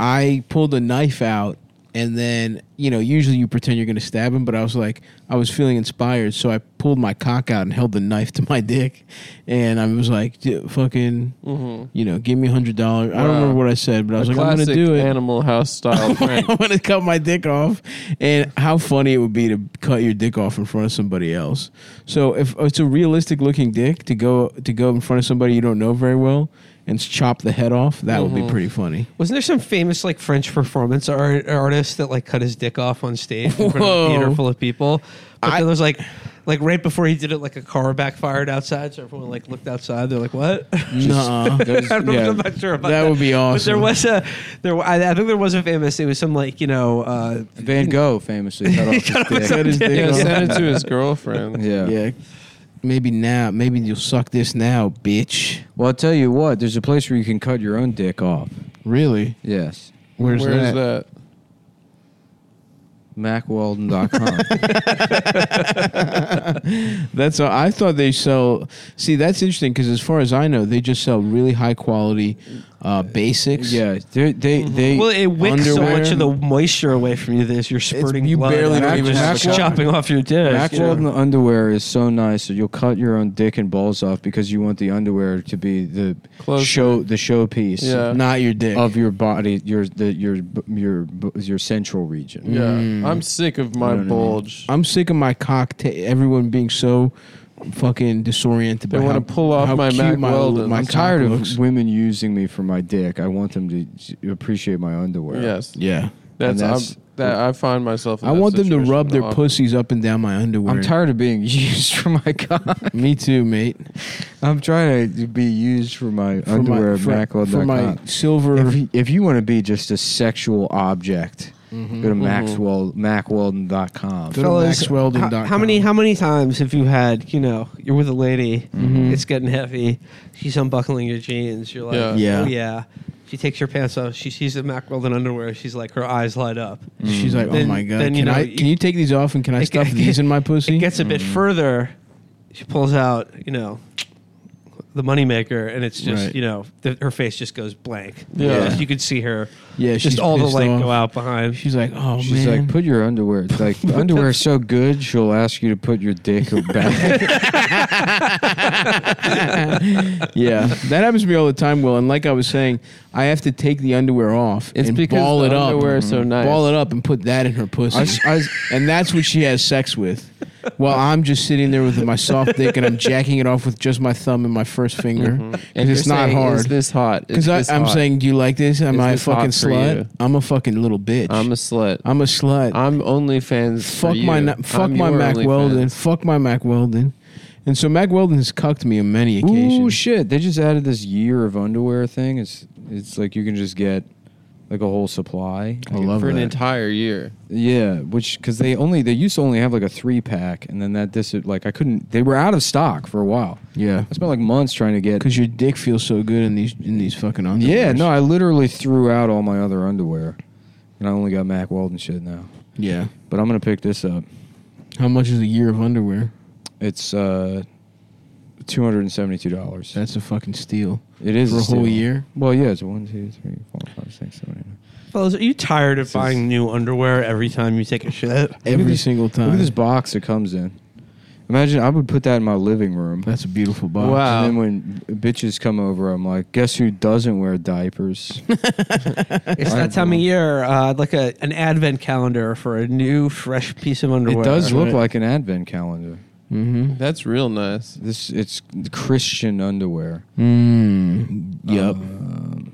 Speaker 1: I pulled a knife out, and then you know, usually you pretend you're gonna stab him, but I was like, I was feeling inspired, so I pulled my cock out and held the knife to my dick, and I was like, "D- "Fucking, you know, give me a hundred dollars." I don't
Speaker 4: Wow.
Speaker 1: remember what I said, but I was
Speaker 4: A
Speaker 1: like, "I'm gonna
Speaker 4: classic
Speaker 1: do it."
Speaker 4: Animal House style prank.
Speaker 1: I want to cut my dick off, and how funny it would be to cut your dick off in front of somebody else. So if oh, it's a realistic looking dick to go to go in front of somebody you don't know very well and chop the head off, that would be pretty funny.
Speaker 3: Wasn't there some famous like French performance art, artist that like cut his dick off on stage in front of
Speaker 1: Whoa.
Speaker 3: a theater full of people? But
Speaker 1: I-
Speaker 3: there was like, like right before he did it, like a car backfired outside, so everyone like looked outside. They're like, "What?"
Speaker 1: Nuh-uh.
Speaker 3: I don't know,
Speaker 1: yeah.
Speaker 3: I'm not sure about
Speaker 1: That
Speaker 3: that.
Speaker 1: would be
Speaker 3: But there
Speaker 1: awesome.
Speaker 3: was a there. wa- I, I think there was a famous. It was some like you know. Uh,
Speaker 6: Van Gogh famously cut off his dick.
Speaker 1: Cut his dick
Speaker 4: yeah,
Speaker 1: off.
Speaker 4: send it to his girlfriend.
Speaker 6: Yeah.
Speaker 1: Yeah. Maybe now, maybe you'll suck this now, bitch.
Speaker 6: Well, I'll tell you what. There's a place where you can cut your own dick off.
Speaker 1: Really?
Speaker 6: Yes.
Speaker 1: Where's,
Speaker 4: Where's
Speaker 1: that?
Speaker 4: that?
Speaker 6: MacWalden.com.
Speaker 1: That's all. I thought they sell. See, that's interesting because as far as I know, they just sell really high quality uh, basics.
Speaker 6: yeah. They they they.
Speaker 3: well, it wicks so
Speaker 1: Underwear.
Speaker 3: much of the moisture away from you that you're spurting
Speaker 1: you
Speaker 3: blood.
Speaker 1: barely don't
Speaker 3: It's
Speaker 1: even have
Speaker 3: just
Speaker 6: to-
Speaker 3: chopping off your dick.
Speaker 6: Macworld the underwear is so nice that you'll cut your own dick and balls off because you want the underwear to be the
Speaker 4: Closer.
Speaker 6: show the showpiece
Speaker 4: Yeah.
Speaker 1: Not your dick.
Speaker 6: of your body, your the your your your central
Speaker 1: Mm.
Speaker 6: region.
Speaker 4: Yeah, I'm sick of my bulge.
Speaker 1: I'm sick of my cock. ta everyone being so fucking disoriented.
Speaker 4: They
Speaker 1: by
Speaker 4: wanna
Speaker 1: how-
Speaker 4: pull off
Speaker 1: how
Speaker 4: my
Speaker 1: cute
Speaker 4: Mac
Speaker 1: my,
Speaker 4: Weldon.
Speaker 1: My
Speaker 4: I'm
Speaker 1: cock
Speaker 6: Tired of
Speaker 1: looks.
Speaker 6: women using me for my dick. I want them to s- appreciate my underwear.
Speaker 4: Yes,
Speaker 1: Yeah,
Speaker 4: that's,
Speaker 6: that's-
Speaker 4: I'm, that. I find myself. In
Speaker 1: I
Speaker 4: that
Speaker 1: want them to
Speaker 4: situation
Speaker 1: rub their
Speaker 4: often.
Speaker 1: pussies up and down my underwear.
Speaker 6: I'm tired of being used for my cock.
Speaker 1: Me too, mate.
Speaker 6: I'm trying to be used for my
Speaker 1: For
Speaker 6: underwear.
Speaker 1: my, for,
Speaker 6: Macworld.com.
Speaker 1: for my silver.
Speaker 6: if you, if you want to be just a sexual object, go to Maxwell MacWeldon.com.
Speaker 1: Mm-hmm. Go to maxweldon.com.
Speaker 3: how, how many how many times have you had you know you're with a lady,
Speaker 1: Mm-hmm.
Speaker 3: it's getting heavy, she's unbuckling your jeans, you're like
Speaker 4: Yeah.
Speaker 1: Yeah.
Speaker 3: yeah. oh yeah, she takes her pants off, she sees the Mack Weldon underwear, she's like her eyes light up.
Speaker 1: She's like, oh
Speaker 3: Then-
Speaker 1: my god,
Speaker 3: then, you
Speaker 1: can
Speaker 3: know,
Speaker 1: I?
Speaker 3: you-
Speaker 1: Can you take these off and can I
Speaker 3: It
Speaker 1: stuff
Speaker 3: get-
Speaker 1: these in my pussy?
Speaker 3: It gets a
Speaker 1: Mm.
Speaker 3: bit further, she pulls out you know the moneymaker, and it's just
Speaker 1: Right.
Speaker 3: you know the, her face just goes blank.
Speaker 4: Yeah.
Speaker 3: Just- you could see her.
Speaker 1: Yeah, she's
Speaker 3: just all the
Speaker 1: pissed
Speaker 3: light
Speaker 1: off.
Speaker 3: go out behind.
Speaker 1: She's like, oh
Speaker 6: She's
Speaker 1: man.
Speaker 6: like, put your underwear. It's Like the underwear is so good, she'll ask you to put your dick back.
Speaker 1: yeah, that happens to me all the time, Will. And like I was saying, I have to take the underwear off
Speaker 4: It's
Speaker 1: and
Speaker 4: because
Speaker 1: ball
Speaker 4: the
Speaker 1: it up, Mm-hmm.
Speaker 4: underwear is so nice.
Speaker 1: ball it up, and put that in her pussy,
Speaker 6: I s- I s-
Speaker 1: and that's what she has sex with. While I'm just sitting there with my soft dick and I'm jacking it off with just my thumb and my first finger, and it's
Speaker 4: Mm-hmm. you're
Speaker 1: not
Speaker 4: saying, Is
Speaker 1: hard.
Speaker 4: this hot? Is
Speaker 1: Because
Speaker 4: this
Speaker 1: I'm
Speaker 4: hot?
Speaker 1: saying, do you like this? Am
Speaker 4: Is
Speaker 1: I a
Speaker 4: this hot
Speaker 1: fucking
Speaker 4: for
Speaker 1: slut?
Speaker 4: you?
Speaker 1: I'm a fucking little bitch.
Speaker 4: I'm a slut.
Speaker 1: I'm a slut.
Speaker 4: I'm OnlyFans. for
Speaker 1: fuck my
Speaker 4: you.
Speaker 1: na- fuck
Speaker 4: I'm
Speaker 1: my
Speaker 4: your
Speaker 1: Mac
Speaker 4: OnlyFans.
Speaker 1: Weldon. Fuck my Mac Weldon. And so Mac Weldon has cucked me on many occasions.
Speaker 6: Ooh, shit! They just added this year of underwear thing. It's it's like you can just get like a whole supply.
Speaker 1: I love
Speaker 4: for an
Speaker 1: that.
Speaker 4: entire year.
Speaker 6: Yeah, which because they only they used to only have like a three pack, and then that dis like I couldn't. They were out of stock for a while.
Speaker 1: yeah.
Speaker 6: I spent like months trying to get.
Speaker 1: Because your dick feels so good in these in these fucking underwear.
Speaker 6: Yeah, no, I literally threw out all my other underwear, and I only got Mac Weldon shit now.
Speaker 1: Yeah.
Speaker 6: But I'm gonna pick this up.
Speaker 1: How much is a year of underwear?
Speaker 6: It's uh, two hundred and seventy-two dollars.
Speaker 1: That's a fucking steal.
Speaker 6: It is
Speaker 1: For a whole
Speaker 6: steal.
Speaker 1: year?
Speaker 6: Well, yeah, it's one, two, three, four, five, six, seven, eight. Nine.
Speaker 3: Fellas, are you tired of buying new underwear every time you take a shit?
Speaker 1: Every
Speaker 6: this-
Speaker 1: single time.
Speaker 6: Look at this box it comes in. Imagine I would put that in my living room.
Speaker 1: That's a beautiful box.
Speaker 4: Wow.
Speaker 6: And then when bitches come over, I'm like, guess who doesn't wear diapers?
Speaker 3: It's that time of year, uh, like a, an advent calendar for a new, fresh piece of underwear.
Speaker 6: it does look
Speaker 1: Right.
Speaker 6: like an advent calendar.
Speaker 1: Mm-hmm.
Speaker 4: That's real nice.
Speaker 6: This it's Christian underwear.
Speaker 1: Mm. Yep.
Speaker 6: Um,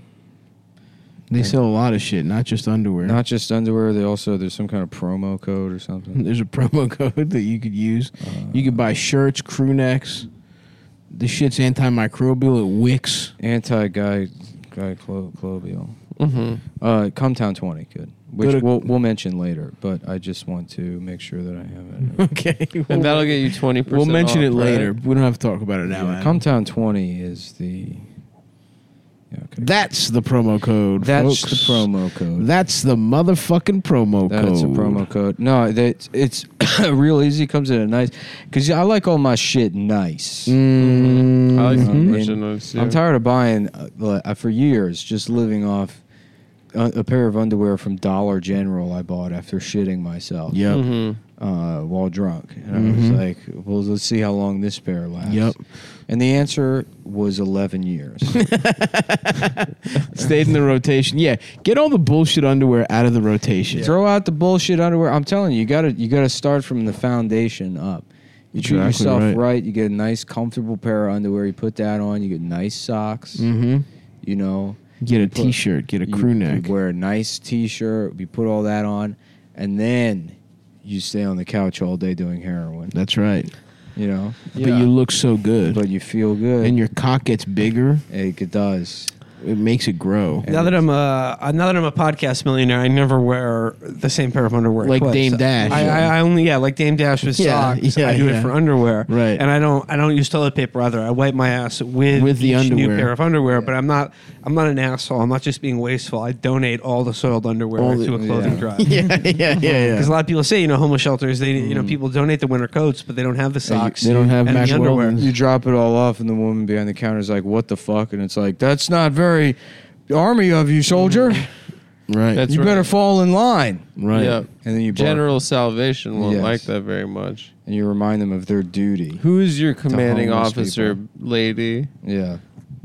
Speaker 1: they sell a lot of shit, not just underwear.
Speaker 6: not just underwear. They also there's some kind of promo code or something. Uh,
Speaker 1: There's a promo code that you could use. you could buy shirts, crew necks. The shit's antimicrobial. It wicks.
Speaker 6: Anti guy guy clo- clobial.
Speaker 4: Mm-hmm.
Speaker 6: Uh, Cometown 20, good. Which
Speaker 1: Go to-
Speaker 6: we'll, we'll mention later, but I just want to make sure that I have it.
Speaker 1: Okay.
Speaker 4: And that'll get you twenty percent.
Speaker 1: We'll mention it later. We don't have to talk about it now.
Speaker 6: yeah,
Speaker 1: Adam.
Speaker 6: Cometown 20 is the. Yeah, okay.
Speaker 1: That's the promo code.
Speaker 6: That's the
Speaker 1: folks.
Speaker 6: promo code.
Speaker 1: That's the motherfucking promo code.
Speaker 6: That's a promo code. No, that it's real easy. Comes in a nice because I like all my shit nice.
Speaker 1: Mm,
Speaker 4: I like
Speaker 6: Mhm.
Speaker 4: some
Speaker 6: And
Speaker 4: merchandise.
Speaker 6: I'm
Speaker 4: yeah.
Speaker 6: tired of buying uh, li- uh, for years, just living off uh, a, a pair of underwear from Dollar General I bought after shitting myself.
Speaker 1: Yep. Mm-hmm.
Speaker 4: Mhm.
Speaker 6: uh, while drunk. And I was like, well, let's see how long this bear lasts.
Speaker 1: Yep.
Speaker 6: And the answer was 11 years.
Speaker 1: Stayed in the rotation. Yeah, get all the bullshit underwear out of the rotation.
Speaker 6: Throw out the bullshit underwear. I'm telling you, you gotta you gotta start from the foundation up. You treat
Speaker 1: Exactly
Speaker 6: yourself
Speaker 1: right.
Speaker 6: right. You get a nice, comfortable pair of underwear. You put that on. You get nice socks.
Speaker 1: Mm-hmm.
Speaker 6: You know,
Speaker 1: Get a
Speaker 6: Put-
Speaker 1: t-shirt. Get a
Speaker 6: you-
Speaker 1: crew
Speaker 6: you
Speaker 1: neck.
Speaker 6: wear a nice T-shirt. You put all that on, and then you stay on the couch all day doing heroin.
Speaker 1: That's right.
Speaker 6: You know,
Speaker 1: But you look so good,
Speaker 6: but uh, you feel good.
Speaker 1: and your cock gets bigger.
Speaker 6: it does.
Speaker 1: It makes it grow.
Speaker 3: Now that I'm a uh, now that I'm a podcast millionaire, I never wear the same pair of underwear.
Speaker 1: Like
Speaker 3: twice.
Speaker 1: Dame Dash.
Speaker 3: I, I, I only yeah, like Dame Dash with
Speaker 1: Yeah,
Speaker 3: socks.
Speaker 1: yeah,
Speaker 3: I do
Speaker 1: yeah.
Speaker 3: it for underwear,
Speaker 1: Right.
Speaker 3: And I don't I don't use toilet paper either. I wipe my ass with
Speaker 1: With the
Speaker 3: each
Speaker 1: underwear.
Speaker 3: new pair of underwear. But I'm not I'm not an asshole. I'm not just being wasteful. I donate all the soiled underwear
Speaker 1: All the-
Speaker 3: to a clothing
Speaker 6: yeah.
Speaker 3: drive.
Speaker 1: yeah, yeah, yeah,
Speaker 3: Because
Speaker 1: yeah. Mm.
Speaker 3: a lot of people say, you know, homeless shelters, they, you know, people donate the winter coats, but they don't have the socks.
Speaker 1: they don't have
Speaker 3: and
Speaker 1: Mack
Speaker 3: the underwear.
Speaker 1: Weldon's.
Speaker 6: You drop it all off, and the woman behind the counter is like, "What the fuck?" And it's like, "That's not very army of you, soldier.
Speaker 1: Right.
Speaker 4: Mm-hmm. That's
Speaker 6: you
Speaker 4: right.
Speaker 6: better fall in line."
Speaker 1: right.
Speaker 4: Yeah.
Speaker 6: And then you bark,
Speaker 4: General Salvation won't
Speaker 6: Yes.
Speaker 4: like that very much.
Speaker 6: and you remind them of their duty.
Speaker 4: Who is your commanding
Speaker 6: homeless
Speaker 4: officer, lady?
Speaker 6: Yeah,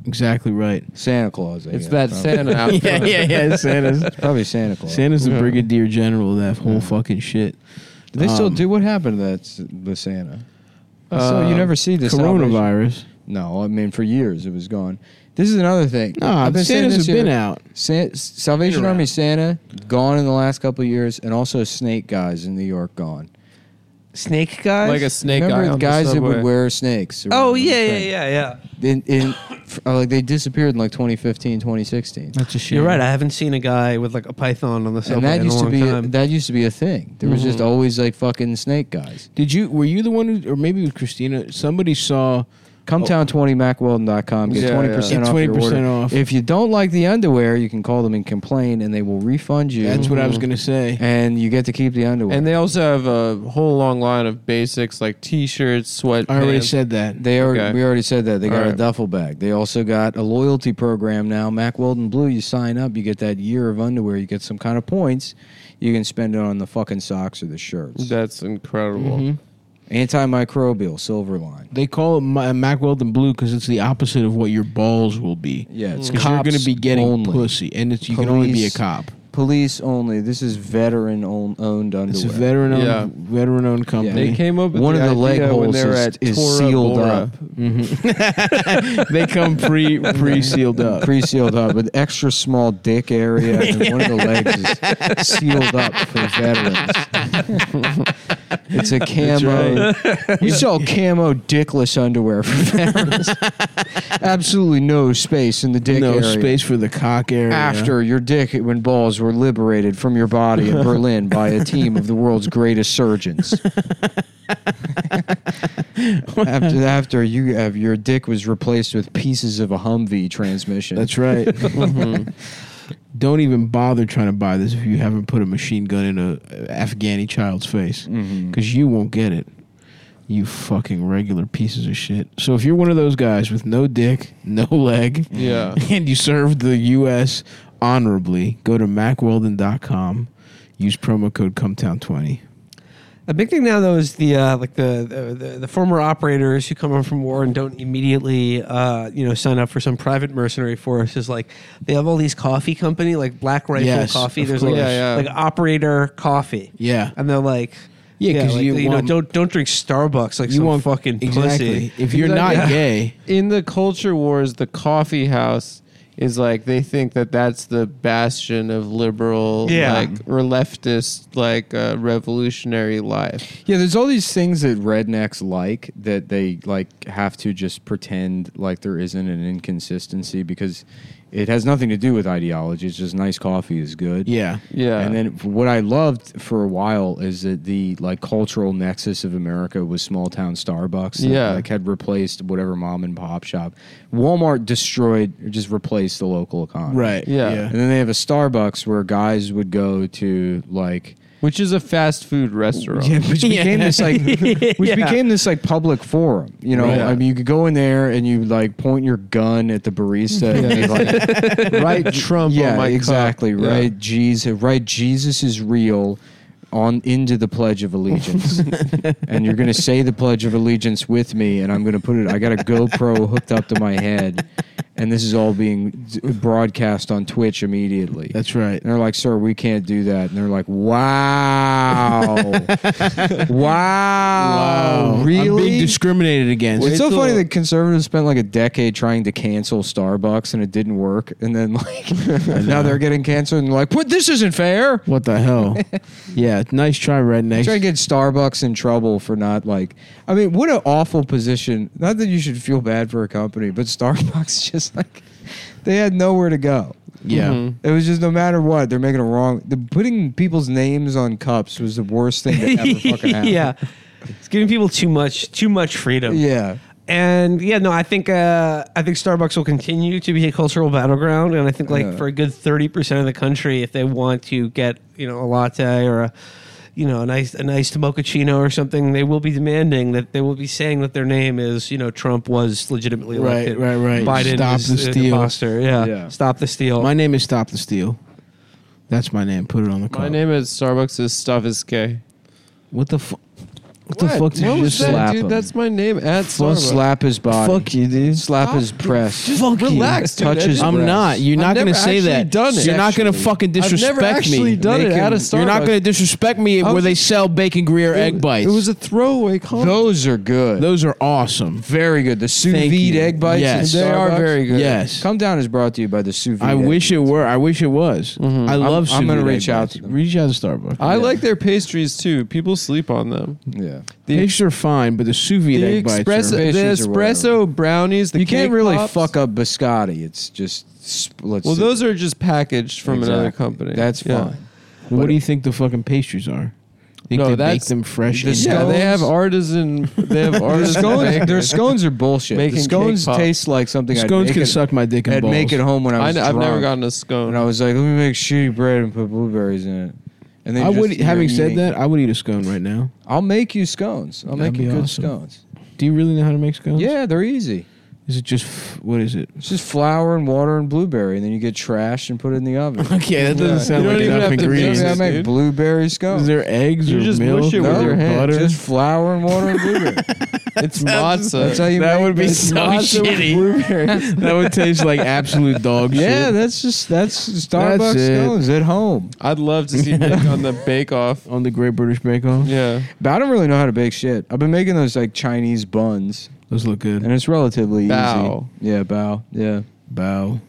Speaker 1: Exactly right.
Speaker 6: Santa Claus. I
Speaker 4: It's
Speaker 6: guess,
Speaker 4: that
Speaker 6: probably.
Speaker 4: Santa outfit.
Speaker 1: yeah, yeah, yeah. Santa's
Speaker 6: Probably Santa Claus.
Speaker 1: Santa's the
Speaker 4: Yeah.
Speaker 1: brigadier general of that whole fucking shit.
Speaker 6: Do they still
Speaker 1: Um,
Speaker 6: do what happened to that s- the Santa? so you
Speaker 4: Uh,
Speaker 6: never see this
Speaker 1: Coronavirus.
Speaker 6: No, I mean for years it was gone. This is another thing.
Speaker 1: Nah,
Speaker 6: saying
Speaker 1: Santa's
Speaker 6: this
Speaker 1: have been
Speaker 6: year,
Speaker 1: out.
Speaker 6: Sa- Salvation
Speaker 1: Year
Speaker 6: Army
Speaker 1: round.
Speaker 6: Santa gone in the last couple of years, and also Snake Guys in New York gone.
Speaker 3: Snake guys?
Speaker 4: Like a snake
Speaker 6: Remember
Speaker 4: guy
Speaker 6: the
Speaker 4: on the
Speaker 6: guys that
Speaker 4: subway.
Speaker 6: would wear snakes? around
Speaker 3: oh,
Speaker 6: the
Speaker 3: yeah, yeah,
Speaker 6: train?
Speaker 3: yeah, yeah.
Speaker 6: In, in, f- uh, like they disappeared in like 2015, 2016.
Speaker 1: That's a shit.
Speaker 3: You're right. I haven't seen a guy with like a python on the subway
Speaker 6: And that
Speaker 3: in a
Speaker 6: used to
Speaker 3: long
Speaker 6: be a,
Speaker 3: time.
Speaker 6: that used to be a thing. There was just always like fucking snake guys.
Speaker 1: Did you? Were you the one, who, or maybe it was Christina? Somebody saw.
Speaker 6: Cometown20macweldon.com. Get
Speaker 4: Yeah,
Speaker 6: 20%
Speaker 1: yeah.
Speaker 6: off.
Speaker 1: Get
Speaker 6: your
Speaker 1: 20%
Speaker 6: order.
Speaker 1: off.
Speaker 6: If you don't like the underwear, you can call them and complain, and they will refund you.
Speaker 1: That's what I was gonna say.
Speaker 6: Mm-hmm. And you get to keep the underwear.
Speaker 4: And they also have a whole long line of basics like T-shirts, sweatpants.
Speaker 1: I already said that.
Speaker 6: They already,
Speaker 4: Okay.
Speaker 6: we already said that. They got
Speaker 4: All
Speaker 6: a
Speaker 4: right.
Speaker 6: duffel bag. They also got a loyalty program now. Mac Weldon Blue, you sign up, you get that year of underwear, you get some kind of points. You can spend it on the fucking socks or the shirts.
Speaker 4: That's incredible.
Speaker 6: Mm-hmm. Antimicrobial, silver line.
Speaker 1: They call it Ma- Mack Weldon Blue because it's the opposite of what your balls will be.
Speaker 6: Yeah, it's
Speaker 1: because you're
Speaker 6: cops
Speaker 1: gonna be getting
Speaker 6: only.
Speaker 1: pussy, and it's you can only be a
Speaker 6: Police.
Speaker 1: cop.
Speaker 6: Police only. This is veteran own, owned
Speaker 1: It's
Speaker 6: underwear.
Speaker 1: a veteran owned
Speaker 4: Yeah.
Speaker 1: veteran owned company.
Speaker 4: They came up with
Speaker 6: One
Speaker 4: the
Speaker 6: of the leg
Speaker 4: idea when
Speaker 6: holes
Speaker 4: they were
Speaker 6: is-
Speaker 4: at
Speaker 6: is
Speaker 4: Tora
Speaker 6: sealed
Speaker 4: Bora. Mm-hmm.
Speaker 6: up.
Speaker 1: they come pre pre sealed up.
Speaker 6: pre-sealed up with extra small dick area and one of the legs is sealed up for veterans. it's a camo. You sell camo dickless underwear for veterans. Absolutely no space in the dick
Speaker 1: no
Speaker 6: area.
Speaker 1: space for the cock area.
Speaker 6: After your dick when balls were liberated from your body in Berlin by a team of the world's greatest surgeons. after after you have your dick was replaced with pieces of a Humvee transmission.
Speaker 1: That's right.
Speaker 4: Mm-hmm.
Speaker 1: Don't even bother trying to buy this if you haven't put a machine gun in a a Afghani child's face, because
Speaker 4: Mm-hmm.
Speaker 1: you won't get it. You fucking regular pieces of shit. So if you're one of those guys with no dick, no leg,
Speaker 4: Yeah.
Speaker 1: and you served the U.S. honorably, go to macweldon.com. Use promo code Cumtown20.
Speaker 3: A big thing now, though, is the uh, like the, the- the the former operators who come home from war and don't immediately uh, you know sign up for some private mercenary force is like they have all these coffee company like Black Rifle
Speaker 1: Yes,
Speaker 3: Coffee.
Speaker 1: of
Speaker 3: There's like,
Speaker 4: course. Yeah, yeah.
Speaker 3: like operator coffee.
Speaker 1: Yeah.
Speaker 3: and they're like.
Speaker 1: Yeah, 'cause
Speaker 3: like,
Speaker 1: you want-
Speaker 3: know don't don't drink Starbucks like
Speaker 1: You
Speaker 3: some
Speaker 1: want
Speaker 3: fucking
Speaker 1: exactly.
Speaker 3: pussy.
Speaker 1: If you're not
Speaker 4: Exactly.
Speaker 1: gay,
Speaker 4: in the culture wars, the coffee house is like they think that that's the bastion of liberal,
Speaker 3: Yeah.
Speaker 4: like or leftist, like uh, revolutionary life.
Speaker 6: Yeah, there's all these things that rednecks like that they like have to just pretend like there isn't an inconsistency because it has nothing to do with ideology. It's just nice coffee is good.
Speaker 1: yeah,
Speaker 4: Yeah,
Speaker 6: And then what I loved for a while is that the like cultural nexus of America was small town Starbucks. that,
Speaker 4: Yeah.
Speaker 6: Like had replaced whatever mom and pop shop. Walmart destroyed or just replaced the local economy.
Speaker 1: right,
Speaker 4: Yeah.
Speaker 6: And then they have a Starbucks where guys would go to like
Speaker 4: which is a fast food restaurant.
Speaker 6: yeah, which became this like, which became this like public forum. You know,
Speaker 4: Right.
Speaker 6: I mean, you could go in there and you like point your gun at the barista, and you'd, like, right?
Speaker 4: Trump on
Speaker 6: yeah,
Speaker 4: my cup.
Speaker 6: exactly.
Speaker 4: Yeah.
Speaker 6: Right, Jesus, right? Jesus is real. on into the Pledge of Allegiance, and you're gonna say the Pledge of Allegiance with me, and I'm gonna put it. I got a GoPro hooked up to my head, and this is all being d- broadcast on Twitch immediately.
Speaker 1: That's right.
Speaker 6: And they're like, sir, we can't do that. And they're like, wow. wow.
Speaker 1: I'm being
Speaker 6: Really?
Speaker 1: discriminated against.
Speaker 6: it's so funny that conservatives spent like a decade trying to cancel Starbucks and it didn't work. And then like now they're getting canceled and they're like, what? This isn't fair.
Speaker 1: what the hell? yeah, nice try, redneck.
Speaker 6: Try to get Starbucks in trouble for not like, I mean, what an awful position. Not that you should feel bad for a company, but Starbucks just like, they had nowhere to go.
Speaker 1: yeah.
Speaker 6: It was just no matter what, they're making a wrong. The, putting people's names on cups was the worst thing that ever fucking happened.
Speaker 3: yeah, it's giving people too much too much freedom.
Speaker 6: Yeah.
Speaker 3: And yeah, no, I think uh, I think Starbucks will continue to be a cultural battleground, and I think like
Speaker 6: Yeah.
Speaker 3: for a good thirty percent of the country, if they want to get you know a latte or a you know a nice a nice mochaccino or something, they will be demanding that they will be saying that their name is you know Trump was legitimately
Speaker 1: Right,
Speaker 3: elected,
Speaker 1: right, right.
Speaker 3: Biden
Speaker 1: Stop
Speaker 3: is
Speaker 1: the
Speaker 3: an
Speaker 1: steal.
Speaker 3: imposter. Yeah.
Speaker 6: Yeah.
Speaker 3: stop the steal.
Speaker 1: My name is Stop the Steal. That's my name. Put it on the cup.
Speaker 4: My name at Starbucks is Stuff is Gay.
Speaker 1: What the fuck? What, the fuck did
Speaker 4: What
Speaker 1: you
Speaker 4: was
Speaker 1: just
Speaker 4: that,
Speaker 1: say?
Speaker 6: slap
Speaker 4: dude?
Speaker 6: him.
Speaker 4: That's my name at
Speaker 6: Well,
Speaker 4: Starbucks.
Speaker 6: slap his body.
Speaker 1: Fuck you, dude.
Speaker 6: Slap his press.
Speaker 4: Just
Speaker 1: Fuck you.
Speaker 4: relax, dude.
Speaker 6: Touch
Speaker 4: I
Speaker 6: his
Speaker 4: just-
Speaker 1: I'm
Speaker 6: breath.
Speaker 1: not. You're
Speaker 4: I've
Speaker 1: not going to
Speaker 4: never
Speaker 1: say
Speaker 4: actually
Speaker 1: that.
Speaker 4: done it.
Speaker 1: You're not going to fucking
Speaker 4: never
Speaker 1: disrespect me.
Speaker 4: actually done it
Speaker 1: Make
Speaker 4: at a
Speaker 1: You're not
Speaker 4: Starbucks.
Speaker 1: going to disrespect me
Speaker 4: I
Speaker 1: where
Speaker 4: was-
Speaker 1: they sell bacon Greer egg bites.
Speaker 4: It was a throwaway comment.
Speaker 6: Those are good.
Speaker 1: Those are awesome.
Speaker 6: very good. The sous
Speaker 1: Thank
Speaker 6: vide
Speaker 1: you.
Speaker 6: egg bites.
Speaker 1: Yes.
Speaker 6: at
Speaker 4: They are
Speaker 6: Starbucks.
Speaker 4: very good.
Speaker 1: Yes.
Speaker 6: Come down is brought to you by the sous vide.
Speaker 1: I
Speaker 6: egg.
Speaker 1: wish it were. I wish it was. I love.
Speaker 6: I'm gonna
Speaker 1: sous vide
Speaker 6: reach
Speaker 1: egg
Speaker 6: out
Speaker 1: bites.
Speaker 6: to them.
Speaker 1: Reach out to Uh, Starbucks.
Speaker 4: I like their pastries too. People sleep on them.
Speaker 6: Yeah.
Speaker 1: the pastries are fine, but the sous vide
Speaker 4: The
Speaker 1: egg bites.
Speaker 4: espresso,
Speaker 1: Are,
Speaker 6: are-
Speaker 4: the
Speaker 6: Pastries are whatever.
Speaker 4: espresso brownies. The
Speaker 6: you can't
Speaker 4: cake
Speaker 6: really
Speaker 4: pops.
Speaker 6: fuck up biscotti. It's just sp- let's.
Speaker 4: Well, those are just packaged from another
Speaker 6: Exactly.
Speaker 4: company.
Speaker 6: That's
Speaker 4: Yeah.
Speaker 6: fine.
Speaker 1: what do you think the fucking pastries are? Think
Speaker 4: No,
Speaker 1: they bake
Speaker 4: that's-
Speaker 1: them fresh.
Speaker 6: the
Speaker 1: in-
Speaker 4: Yeah, they have artisan. They have
Speaker 6: Their
Speaker 4: artisan.
Speaker 6: scones,
Speaker 4: bakers.
Speaker 6: their scones are bullshit.
Speaker 4: Making
Speaker 6: the
Speaker 4: cake
Speaker 6: scones
Speaker 4: pop.
Speaker 6: taste like something. I'd
Speaker 1: Scones
Speaker 6: make
Speaker 1: can
Speaker 6: it,
Speaker 1: suck my dick and
Speaker 6: I'd
Speaker 1: balls.
Speaker 6: make it home when I
Speaker 4: I
Speaker 6: was
Speaker 4: kn- I've never
Speaker 6: drunk.
Speaker 4: gotten a
Speaker 6: And
Speaker 4: scone.
Speaker 6: I was like, let me make shitty bread and put blueberries in it. And then
Speaker 1: I
Speaker 6: just-
Speaker 1: would.
Speaker 6: you're
Speaker 1: Having said
Speaker 6: eating.
Speaker 1: that, I would eat a scone right now.
Speaker 6: I'll make you scones. I'll
Speaker 1: That'd
Speaker 6: make you
Speaker 1: be
Speaker 6: good
Speaker 1: awesome.
Speaker 6: scones.
Speaker 1: Do you really know how to make scones?
Speaker 6: Yeah, they're easy.
Speaker 1: Is it just f- what is it?
Speaker 6: It's just flour and water and blueberry, and then you get trash and put it in the oven.
Speaker 1: Okay, that doesn't sound
Speaker 4: You
Speaker 1: like
Speaker 4: don't even
Speaker 1: enough
Speaker 4: have to mix
Speaker 6: Maybe I
Speaker 1: ingredients.
Speaker 4: it.
Speaker 6: make
Speaker 4: dude.
Speaker 6: blueberry scones.
Speaker 1: Is there eggs
Speaker 4: You
Speaker 1: or
Speaker 4: just
Speaker 1: milk
Speaker 4: mush it
Speaker 1: or
Speaker 4: with your hand.
Speaker 1: butter?
Speaker 6: just flour and water and blueberry.
Speaker 4: it's matzo.
Speaker 6: That's how you
Speaker 1: that
Speaker 6: make
Speaker 1: would be
Speaker 6: this
Speaker 1: so
Speaker 6: matzo with
Speaker 1: shitty.
Speaker 6: blueberries.
Speaker 1: that would taste like absolute dog
Speaker 6: yeah,
Speaker 1: shit.
Speaker 6: that's just that's Starbucks
Speaker 1: it.
Speaker 6: scones at home.
Speaker 4: I'd love to see Nick on the Bake Off.
Speaker 1: on the Great British Bake Off.
Speaker 4: Yeah,
Speaker 6: But I don't really know how to bake shit. I've been making those like Chinese buns,
Speaker 1: Those look good.
Speaker 6: and it's relatively
Speaker 4: Bao.
Speaker 6: easy. Yeah, bow. Yeah,
Speaker 1: Bow.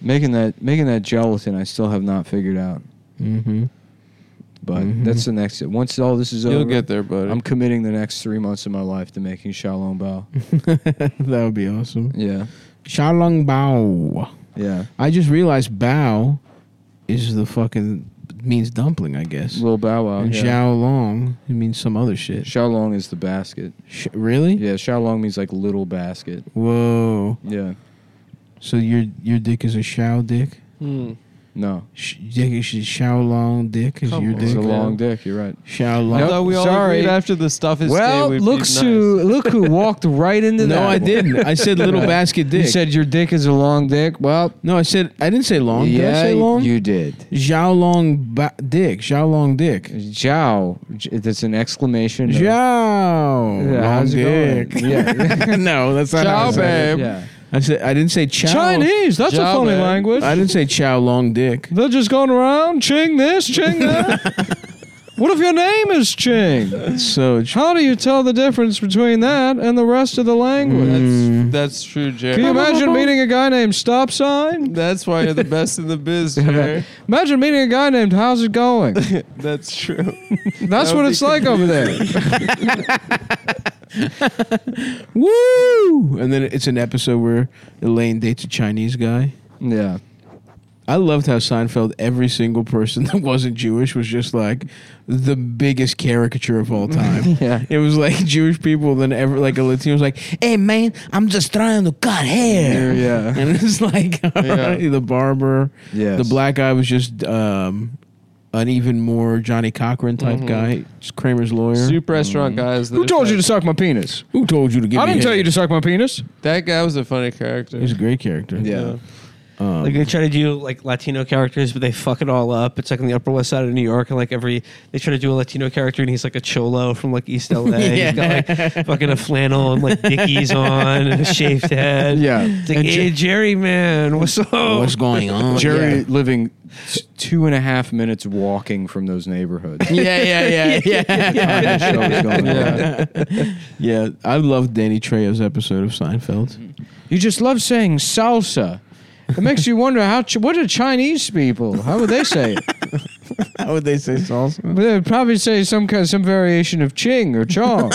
Speaker 6: making that making that gelatin. I still have not figured out,
Speaker 1: Mm-hmm.
Speaker 6: but that's the next. Once all this is
Speaker 4: you'll
Speaker 6: over,
Speaker 4: get there, buddy.
Speaker 6: I'm committing the next three months of my life to making Shaolong Bao.
Speaker 1: that would be awesome.
Speaker 6: yeah,
Speaker 1: Shaolong Bao.
Speaker 6: yeah.
Speaker 1: I just realized Bao is the fucking means dumpling, I guess.
Speaker 6: Little Bow Wow.
Speaker 1: and
Speaker 6: Yeah.
Speaker 1: Xiao Long it means some other shit.
Speaker 6: Shaolong is the basket.
Speaker 1: Sh- really?
Speaker 6: Yeah, Shaolong means like little basket.
Speaker 1: Whoa.
Speaker 6: Yeah.
Speaker 1: So your your dick is a Xiao dick.
Speaker 4: Hmm.
Speaker 6: No.
Speaker 1: Sh- dick is a Xiao Long dick is
Speaker 4: Come
Speaker 1: your
Speaker 4: on.
Speaker 1: dick.
Speaker 6: It's a
Speaker 4: man.
Speaker 6: long dick, you're right.
Speaker 1: Xiao
Speaker 4: I
Speaker 1: Long.
Speaker 6: Nope,
Speaker 4: thought we all
Speaker 6: sorry.
Speaker 4: agreed after the stuff is
Speaker 6: well,
Speaker 4: gay, we'd
Speaker 6: look
Speaker 4: be nice.
Speaker 6: who look who walked right into that.
Speaker 1: No, I
Speaker 6: one.
Speaker 1: didn't. I said little basket
Speaker 6: You
Speaker 1: dick.
Speaker 6: said your dick is a long dick. Well,
Speaker 1: no, I said I didn't say long.
Speaker 6: yeah,
Speaker 1: Did I say long?
Speaker 6: you did.
Speaker 1: Xiao Long ba- dick. Xiao Long dick.
Speaker 6: Zhao. J- That's an exclamation. of-
Speaker 1: Xiao.
Speaker 6: Yeah,
Speaker 1: long
Speaker 6: how's
Speaker 1: dick.
Speaker 6: it going? Yeah.
Speaker 1: no, that's not how I
Speaker 4: Ciao,
Speaker 1: said it.
Speaker 4: babe.
Speaker 6: yeah.
Speaker 1: I said I didn't say chow.
Speaker 6: Chinese. That's
Speaker 4: Zhao,
Speaker 6: a funny
Speaker 4: man.
Speaker 6: language.
Speaker 1: I didn't say chow long dick.
Speaker 6: They're just going around ching this, ching that. what if your name is Ching?
Speaker 1: So ch-
Speaker 6: How do you tell the difference between that and the rest of the language?
Speaker 4: That's, that's true,
Speaker 6: Can you
Speaker 4: Jerry.
Speaker 6: imagine meeting a guy named Stop Sign?
Speaker 4: That's why you're the best in the biz, Jerry.
Speaker 6: Imagine meeting a guy named How's It Going?
Speaker 4: That's true.
Speaker 6: That's what
Speaker 4: would
Speaker 6: it's
Speaker 4: be
Speaker 6: like over there.
Speaker 1: woo, and then it's an episode where Elaine dates a Chinese guy.
Speaker 6: Yeah.
Speaker 1: I loved how Seinfeld, every single person that wasn't Jewish was just like the biggest caricature of all time.
Speaker 6: Yeah.
Speaker 1: It was like Jewish people, then ever like a Latino was like, "Hey man, I'm just trying to cut hair."
Speaker 6: Yeah.
Speaker 1: And it's like the barber,
Speaker 6: Yes.
Speaker 1: the black guy was just um, an even more Johnny Cochran type
Speaker 6: Mm-hmm.
Speaker 1: guy, it's Kramer's lawyer.
Speaker 4: Soup restaurant guys.
Speaker 6: Who told you to suck my penis?
Speaker 1: Who told you to give?
Speaker 6: I
Speaker 1: me
Speaker 6: didn't tell
Speaker 1: head?
Speaker 6: you to suck my penis.
Speaker 4: That guy was a funny character.
Speaker 1: He's a great character.
Speaker 6: Yeah.
Speaker 1: Um,
Speaker 3: Like they try to do like Latino characters, but they fuck it all up. It's like on the Upper West Side of New York, and like every they try to do a Latino character, and he's like a cholo from like East LA. He's got like fucking a flannel and like dickies on and a shaved head.
Speaker 4: Yeah.
Speaker 3: it's like hey Jerry man, what's up?
Speaker 1: Oh. what's going on?
Speaker 6: Jerry living t- two and a half minutes walking from those neighborhoods.
Speaker 1: Yeah, yeah, yeah, yeah. yeah.
Speaker 6: How the show is going on.
Speaker 1: Yeah, I love Danny Trejo's episode of Seinfeld.
Speaker 6: You just love saying salsa. It makes you wonder how Ch- what are Chinese people? How would they say it?
Speaker 4: How would they say salsa?
Speaker 6: Well, They'd probably say some kind, some variation of Ching or Chong.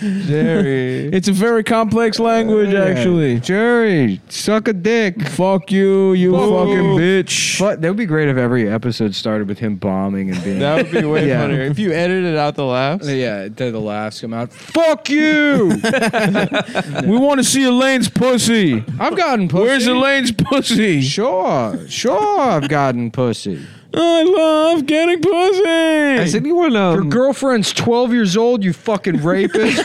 Speaker 4: Jerry.
Speaker 1: It's a very complex language, actually.
Speaker 6: Jerry, suck a dick.
Speaker 1: Fuck you, you fucking bitch.
Speaker 6: But that would be great if every episode started with him bombing and being.
Speaker 4: That would be way
Speaker 6: Yeah.
Speaker 4: funnier. If you edited out the laughs.
Speaker 6: yeah, the, the laughs come out. Fuck you!
Speaker 1: We want to see Elaine's pussy.
Speaker 6: I've gotten pussy.
Speaker 1: Where's Elaine's pussy?
Speaker 6: Sure, sure, I've gotten pussy.
Speaker 1: I love getting pussy.
Speaker 3: Has anyone
Speaker 6: Your
Speaker 3: um,
Speaker 6: girlfriend's 12 years old, you fucking rapist.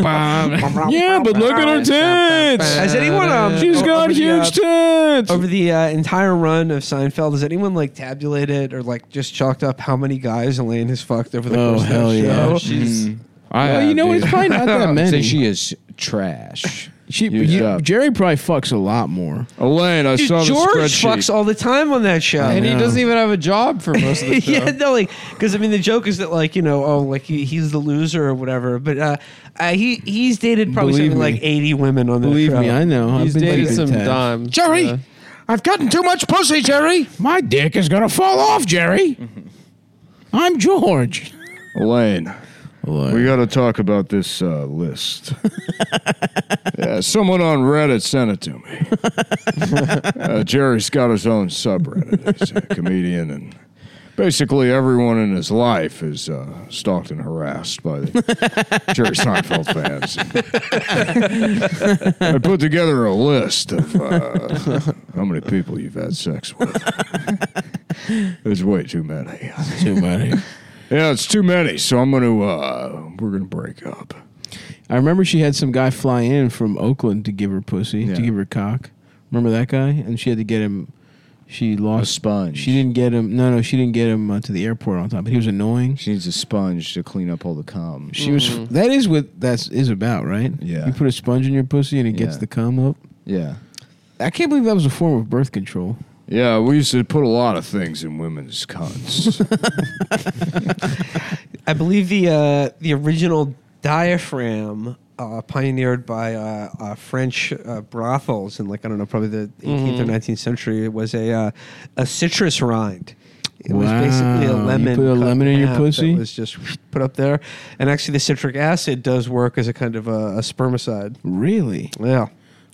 Speaker 1: yeah, but look at her tits.
Speaker 3: has anyone um,
Speaker 1: She's
Speaker 3: o-
Speaker 1: got
Speaker 3: over the,
Speaker 1: huge
Speaker 3: uh,
Speaker 1: tits.
Speaker 3: over the uh, entire run of Seinfeld, has anyone like tabulated or like just chalked up how many guys Elaine has fucked over the
Speaker 1: Oh,
Speaker 3: course
Speaker 1: hell
Speaker 3: of the
Speaker 1: yeah.
Speaker 3: show?
Speaker 4: She's
Speaker 6: Mm. I
Speaker 1: Well, you know, it's probably not that many.
Speaker 6: Say she is trash.
Speaker 1: She,
Speaker 6: Used
Speaker 1: you-
Speaker 6: up.
Speaker 1: Jerry probably fucks a lot more.
Speaker 6: Elaine, I
Speaker 3: Dude, George fucks all the time on that show.
Speaker 4: and he
Speaker 1: know.
Speaker 4: doesn't even have a job for most of the show.
Speaker 3: yeah, no, like because I mean the joke is that like you know oh like he, he's the loser or whatever, but uh, uh he he's dated probably
Speaker 1: Believe
Speaker 3: something
Speaker 1: me.
Speaker 3: like eighty women on that
Speaker 1: Believe
Speaker 3: show.
Speaker 1: me, I know.
Speaker 4: He's
Speaker 1: I've been
Speaker 4: dated
Speaker 1: keeping
Speaker 4: some
Speaker 1: tabs.
Speaker 4: dimes.
Speaker 8: Jerry,
Speaker 4: Yeah.
Speaker 8: I've gotten too much pussy, Jerry.
Speaker 1: My dick is gonna fall off, Jerry. I'm George.
Speaker 8: Elaine, we got to talk about this uh, list. yeah, someone on Reddit sent it to me. uh, Jerry's got his own subreddit. He's a comedian, and basically everyone in his life is uh, stalked and harassed by the Jerry Seinfeld fans. I put together a list of uh, how many people you've had sex with. There's way too many.
Speaker 1: Too many.
Speaker 8: Yeah, it's too many, so I'm gonna uh we're gonna break up.
Speaker 1: I remember she had some guy fly in from Oakland to give her pussy,
Speaker 8: Yeah.
Speaker 1: to give her cock. Remember that guy? And she had to get him. She
Speaker 8: A
Speaker 1: lost.
Speaker 8: sponge.
Speaker 1: She didn't get him. No, no, she didn't get him uh, to the airport on time. But he was annoying.
Speaker 8: She needs a sponge to clean up all the cum.
Speaker 1: She was. That is what that is about, right?
Speaker 8: Yeah.
Speaker 1: You put a sponge in your pussy and it gets
Speaker 8: Yeah.
Speaker 1: the cum up.
Speaker 8: yeah.
Speaker 1: I can't believe that was a form of birth control.
Speaker 8: Yeah, we used to put a lot of things in women's cunts.
Speaker 3: I believe the uh, the original diaphragm uh, pioneered by uh, uh, French uh, brothels in like I don't know probably the 18th
Speaker 1: Mm-hmm.
Speaker 3: or 19th century was a uh, a citrus rind. It was
Speaker 1: Wow.
Speaker 3: basically a
Speaker 1: You
Speaker 3: lemon.
Speaker 1: put a
Speaker 3: cut
Speaker 1: lemon in your
Speaker 3: half
Speaker 1: pussy?
Speaker 3: That was just put up there, and actually the citric acid does work as a kind of a, a spermicide.
Speaker 1: Really?
Speaker 3: Yeah.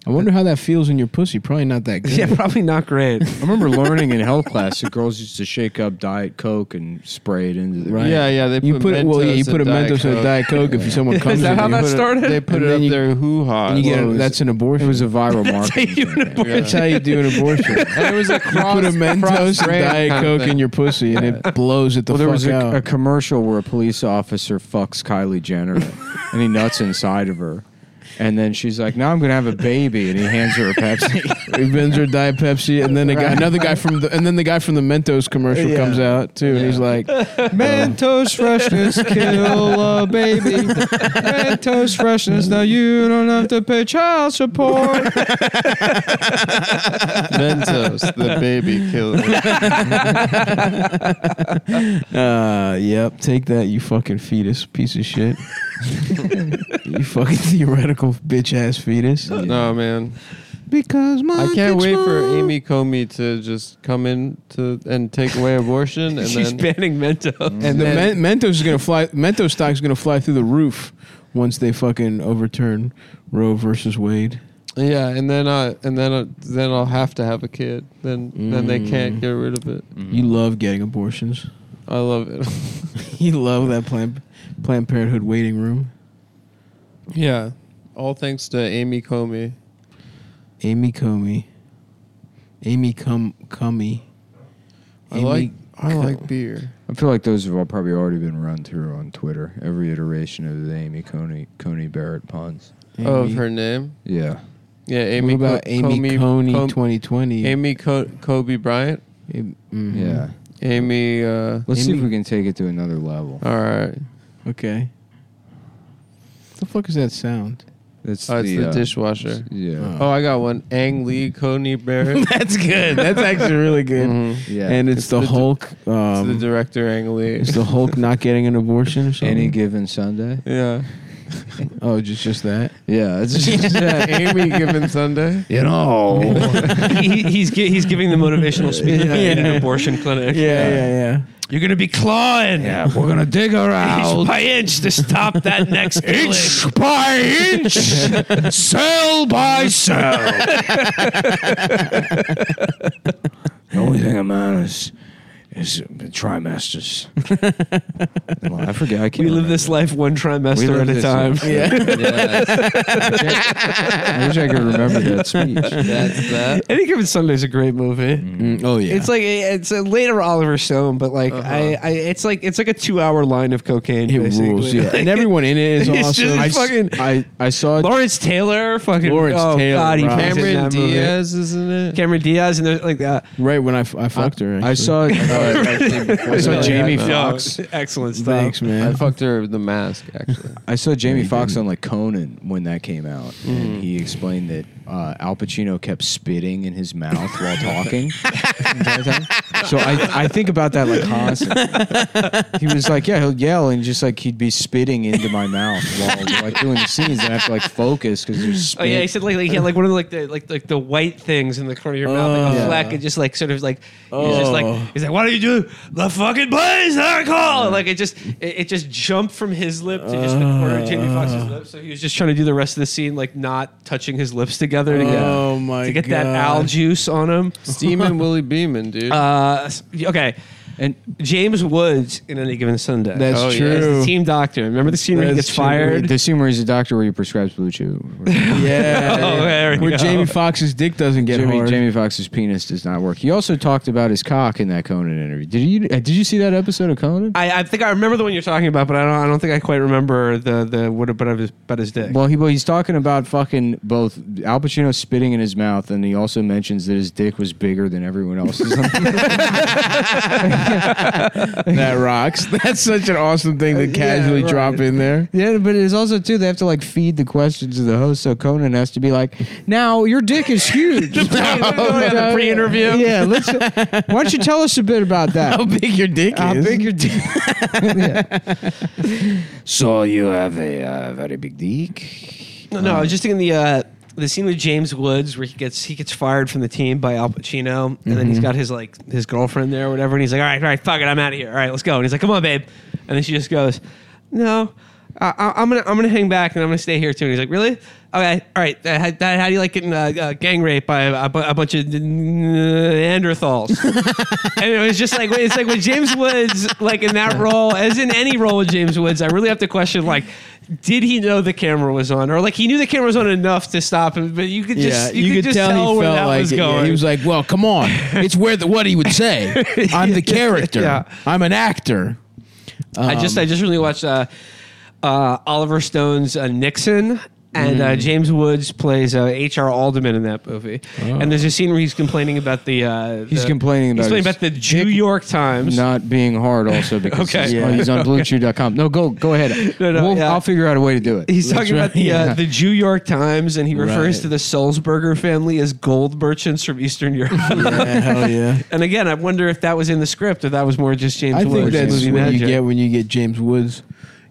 Speaker 1: I wonder how that feels in your pussy. Probably not that good.
Speaker 3: Yeah, probably not great.
Speaker 6: I remember learning in health class that girls used to shake up Diet Coke and spray it into the.
Speaker 1: Right.
Speaker 4: Yeah, yeah. They put
Speaker 1: you put it, well, yeah, you
Speaker 4: Mentos
Speaker 1: put a
Speaker 4: and Diet
Speaker 1: Mentos in a
Speaker 4: Coke.
Speaker 1: Diet Coke if someone comes
Speaker 3: Is
Speaker 1: at
Speaker 3: that how
Speaker 1: you.
Speaker 3: that
Speaker 4: Put it-
Speaker 3: started?
Speaker 4: They put
Speaker 1: And
Speaker 4: it
Speaker 1: then
Speaker 4: up
Speaker 1: you-
Speaker 4: their hoo ha.
Speaker 1: And you get
Speaker 6: Well,
Speaker 1: a,
Speaker 6: it was-
Speaker 1: that's an abortion.
Speaker 6: It was a viral marketing.
Speaker 1: That's how you do an abortion.
Speaker 4: And it was a
Speaker 1: You
Speaker 4: cross,
Speaker 1: put a Mentos and
Speaker 4: cross-brand
Speaker 1: Diet
Speaker 4: kind of
Speaker 1: Coke
Speaker 4: thing.
Speaker 1: in your pussy, and it blows it the
Speaker 6: Well, there
Speaker 1: fuck
Speaker 6: was
Speaker 1: out.
Speaker 6: a, a commercial where a police officer fucks Kylie Jenner, and he nuts inside of her, and then she's like, "Now I'm gonna have a baby," and he hands her a Pepsi.
Speaker 1: He bends her Diet Pepsi, and then a guy, another guy from the, and then the guy from the Mentos commercial comes out too, and he's like, uh,
Speaker 6: Mentos freshness kill a baby. Mentos freshness. Now you don't have to pay child support.
Speaker 4: Mentos, the baby killer.
Speaker 1: uh, "Yep, take that, you fucking fetus, piece of shit, you fucking theoretical bitch ass fetus."
Speaker 4: No, man.
Speaker 1: Because my
Speaker 4: I can't
Speaker 1: dick's
Speaker 4: wait for
Speaker 1: small.
Speaker 4: Amy Comey to just come in to and take away abortion and
Speaker 3: She's
Speaker 4: then
Speaker 3: banning Mentos.
Speaker 1: And the Men- Mentos is gonna fly. Mentos stock's gonna fly through the roof once they fucking overturn Roe versus Wade.
Speaker 4: yeah, and then uh, and then uh, then I'll have to have a kid. Then then they
Speaker 1: Mm.
Speaker 4: can't get rid of it.
Speaker 1: You love getting abortions.
Speaker 4: I love it.
Speaker 1: You love that Planned, Planned Parenthood waiting room.
Speaker 4: yeah, all thanks to Amy Comey.
Speaker 1: Amy Comey. Amy Cum Cummy.
Speaker 4: I like I like beer.
Speaker 6: I feel like those have all probably already been run through on Twitter. Every iteration of the Amy Coney Coney Barrett puns.
Speaker 4: Oh, of her name?
Speaker 6: Yeah,
Speaker 4: Yeah,
Speaker 1: what
Speaker 4: Amy.
Speaker 1: about
Speaker 4: Co-
Speaker 1: Amy
Speaker 4: Comey-
Speaker 1: Coney
Speaker 4: Com-
Speaker 1: 2020?
Speaker 4: Amy Co- Kobe Bryant.
Speaker 1: Am- mhm.
Speaker 6: yeah.
Speaker 4: Amy. Uh,
Speaker 6: Let's see
Speaker 1: Amy-
Speaker 6: if we can take it to another level.
Speaker 4: all right. Oh,
Speaker 1: Okay. What the fuck is that sound?
Speaker 6: That's
Speaker 4: Oh, it's the
Speaker 6: uh,
Speaker 4: dishwasher.
Speaker 6: Yeah,
Speaker 4: Oh, I got one. Ang Lee Coney Barrett.
Speaker 1: That's good. That's actually really good.
Speaker 4: Mhm.
Speaker 6: yeah.
Speaker 1: And it's,
Speaker 4: It's
Speaker 1: the,
Speaker 4: the-
Speaker 1: Hulk.
Speaker 4: It's
Speaker 1: Um,
Speaker 4: the director Ang Lee.
Speaker 1: is the Hulk not getting an abortion or something?
Speaker 6: any given Sunday.
Speaker 4: Yeah.
Speaker 1: oh, just just that.
Speaker 6: Yeah, it's just,
Speaker 4: yeah. Amy Given Sunday.
Speaker 5: You know,
Speaker 3: he, he's gi- he's giving the motivational speech in an abortion clinic.
Speaker 1: Yeah, yeah, yeah.
Speaker 3: You're gonna be clawing
Speaker 5: yeah, we're gonna dig her
Speaker 3: inch
Speaker 5: out
Speaker 3: by inch to stop that next killing.
Speaker 5: inch by inch, cell by cell.
Speaker 8: The only thing that matters is the trimesters.
Speaker 6: well, I forget. I can't
Speaker 3: We live this life one trimester at a time.
Speaker 6: Yeah. I wish I could remember that mm, speech.
Speaker 4: That's that.
Speaker 3: Any Given Sunday's a great movie.
Speaker 1: oh yeah.
Speaker 3: It's like a, it's a later Oliver Stone, but like I, I, it's like it's like a two-hour line of cocaine.
Speaker 1: it
Speaker 3: basically.
Speaker 1: Uh-huh. rules. Yeah.
Speaker 3: Like,
Speaker 1: And everyone in it is
Speaker 3: It's
Speaker 1: awesome.
Speaker 3: just
Speaker 1: I, s-
Speaker 3: fucking-
Speaker 1: I I saw it.
Speaker 3: Lawrence Taylor, fucking
Speaker 1: Lawrence
Speaker 3: oh,
Speaker 1: Taylor,
Speaker 3: God, he
Speaker 1: right.
Speaker 3: plays it in
Speaker 4: Cameron
Speaker 3: that movie.
Speaker 4: Diaz, isn't it?
Speaker 3: Cameron Diaz, and they're like uh, that.
Speaker 1: right when I, f- I fucked her.
Speaker 6: I
Speaker 1: actually.
Speaker 6: saw. I
Speaker 4: I
Speaker 6: saw
Speaker 4: saw
Speaker 6: Jamie
Speaker 4: that.
Speaker 6: Foxx.
Speaker 3: oh, Excellent stuff.
Speaker 1: Thanks,
Speaker 4: I
Speaker 1: man.
Speaker 4: fucked her with the mask, actually.
Speaker 6: I saw Jamie Foxx on like Conan when that came out,
Speaker 3: Mm-hmm.
Speaker 6: and he explained that uh, Al Pacino kept spitting in his mouth while talking. the entire time. so I, I think about that like constantly. He was like, yeah, he'll yell and just like he'd be spitting into my mouth while like doing the scenes, and I have to like focus because there's spit.
Speaker 3: Oh yeah, he said like, like he had like one of the, like the like like the white things in the corner of your mouth, like a
Speaker 1: Oh.
Speaker 3: fleck, and just like sort of like he's just
Speaker 1: Oh.
Speaker 3: like he's like, "Why do you do the fucking plays that I call?" And, like it just it, it just jumped from his lip to just the
Speaker 1: Oh.
Speaker 3: corner of Jamie Foxx's lips. So he was just trying to do the rest of the scene like not touching his lips together to get
Speaker 1: Oh, my
Speaker 3: to get that
Speaker 1: God.
Speaker 3: al juice on him.
Speaker 4: Steaming Willie Beeman, dude.
Speaker 3: Uh, s- okay, and James Woods in any given Sunday.
Speaker 1: That's
Speaker 4: Oh, yeah.
Speaker 3: As the
Speaker 1: true.
Speaker 3: team doctor. Remember the scene where he
Speaker 1: That's
Speaker 3: gets
Speaker 1: true.
Speaker 3: fired?
Speaker 6: The scene where he's a doctor where he prescribes blue chew.
Speaker 1: Yeah.
Speaker 3: Oh, there we
Speaker 1: Where
Speaker 3: go.
Speaker 1: Jamie Foxx's dick doesn't get
Speaker 6: Jamie,
Speaker 1: hard.
Speaker 6: Jamie Foxx's penis does not work. He also talked about his cock in that Conan interview. Did you uh, did you see that episode of Conan?
Speaker 3: I, I think I remember the one you're talking about, but I don't. I don't think I quite remember the the what about his about his dick.
Speaker 6: Well, he well, he's talking about fucking both Al Pacino spitting in his mouth, and he also mentions that his dick was bigger than everyone else's.
Speaker 1: that rocks. That's such an awesome thing to casually drop in there.
Speaker 6: Uh, yeah, but it's also too they have to like feed the questions to the host, so Conan has to be like, "Now your dick is huge."
Speaker 3: the pre-interview?
Speaker 6: yeah. Let's. Why don't you tell us a bit about that?
Speaker 1: How big your dick
Speaker 6: How
Speaker 1: is?
Speaker 6: big your dick?
Speaker 5: So you have a uh, very big dick.
Speaker 3: No, no, I was just thinking the uh, the scene with James Woods where he gets he gets fired from the team by Al Pacino, and then he's got his like his girlfriend there or whatever, and he's like, all right, all right, fuck it, I'm out of here. All right, let's go. And he's like, come on, babe, and then she just goes, no. I, I- I'm gonna I'm gonna hang back and I'm gonna stay here too. And he's like, really? Okay, all right. Uh, how, how do you like getting uh, uh, gang raped by a, a bu- a bunch of Neanderthals? and it was just like it's like with James Woods, like in that role, as in any role with James Woods, I really have to question like, did he know the camera was on, or like he knew the camera was on enough to stop him? But you could just you, could, just tell, where that was
Speaker 1: it.
Speaker 3: going.
Speaker 1: Yeah, he was like, "Well, come on, it's where the what he would say. I'm the character.
Speaker 3: Yeah.
Speaker 1: I'm an actor."
Speaker 3: I just I just really watched uh, uh, Oliver Stone's uh, Nixon. And uh, James Woods plays uh, H.R. Alderman in that movie. And there's a scene where he's complaining about the. Uh,
Speaker 6: He's
Speaker 3: the-
Speaker 6: complaining about
Speaker 3: He's complaining
Speaker 6: his
Speaker 3: about the New York Times.
Speaker 6: Not being hard, also because
Speaker 3: Okay.
Speaker 6: he's, oh, he's on BlueChew.com. No, go go ahead.
Speaker 3: No, no,
Speaker 6: We'll-
Speaker 3: yeah.
Speaker 6: I'll figure out a way to do it.
Speaker 3: He's talking about the uh,
Speaker 6: yeah.
Speaker 3: the Jew York Times, and he refers
Speaker 1: Right.
Speaker 3: to the Sulzberger family as gold merchants from Eastern Europe.
Speaker 1: Hell yeah!
Speaker 3: and again, I wonder if that was in the script or that was more just James
Speaker 1: I think
Speaker 3: Woods'
Speaker 1: that's
Speaker 3: movie
Speaker 1: what
Speaker 3: magic.
Speaker 1: you get when you get James Woods.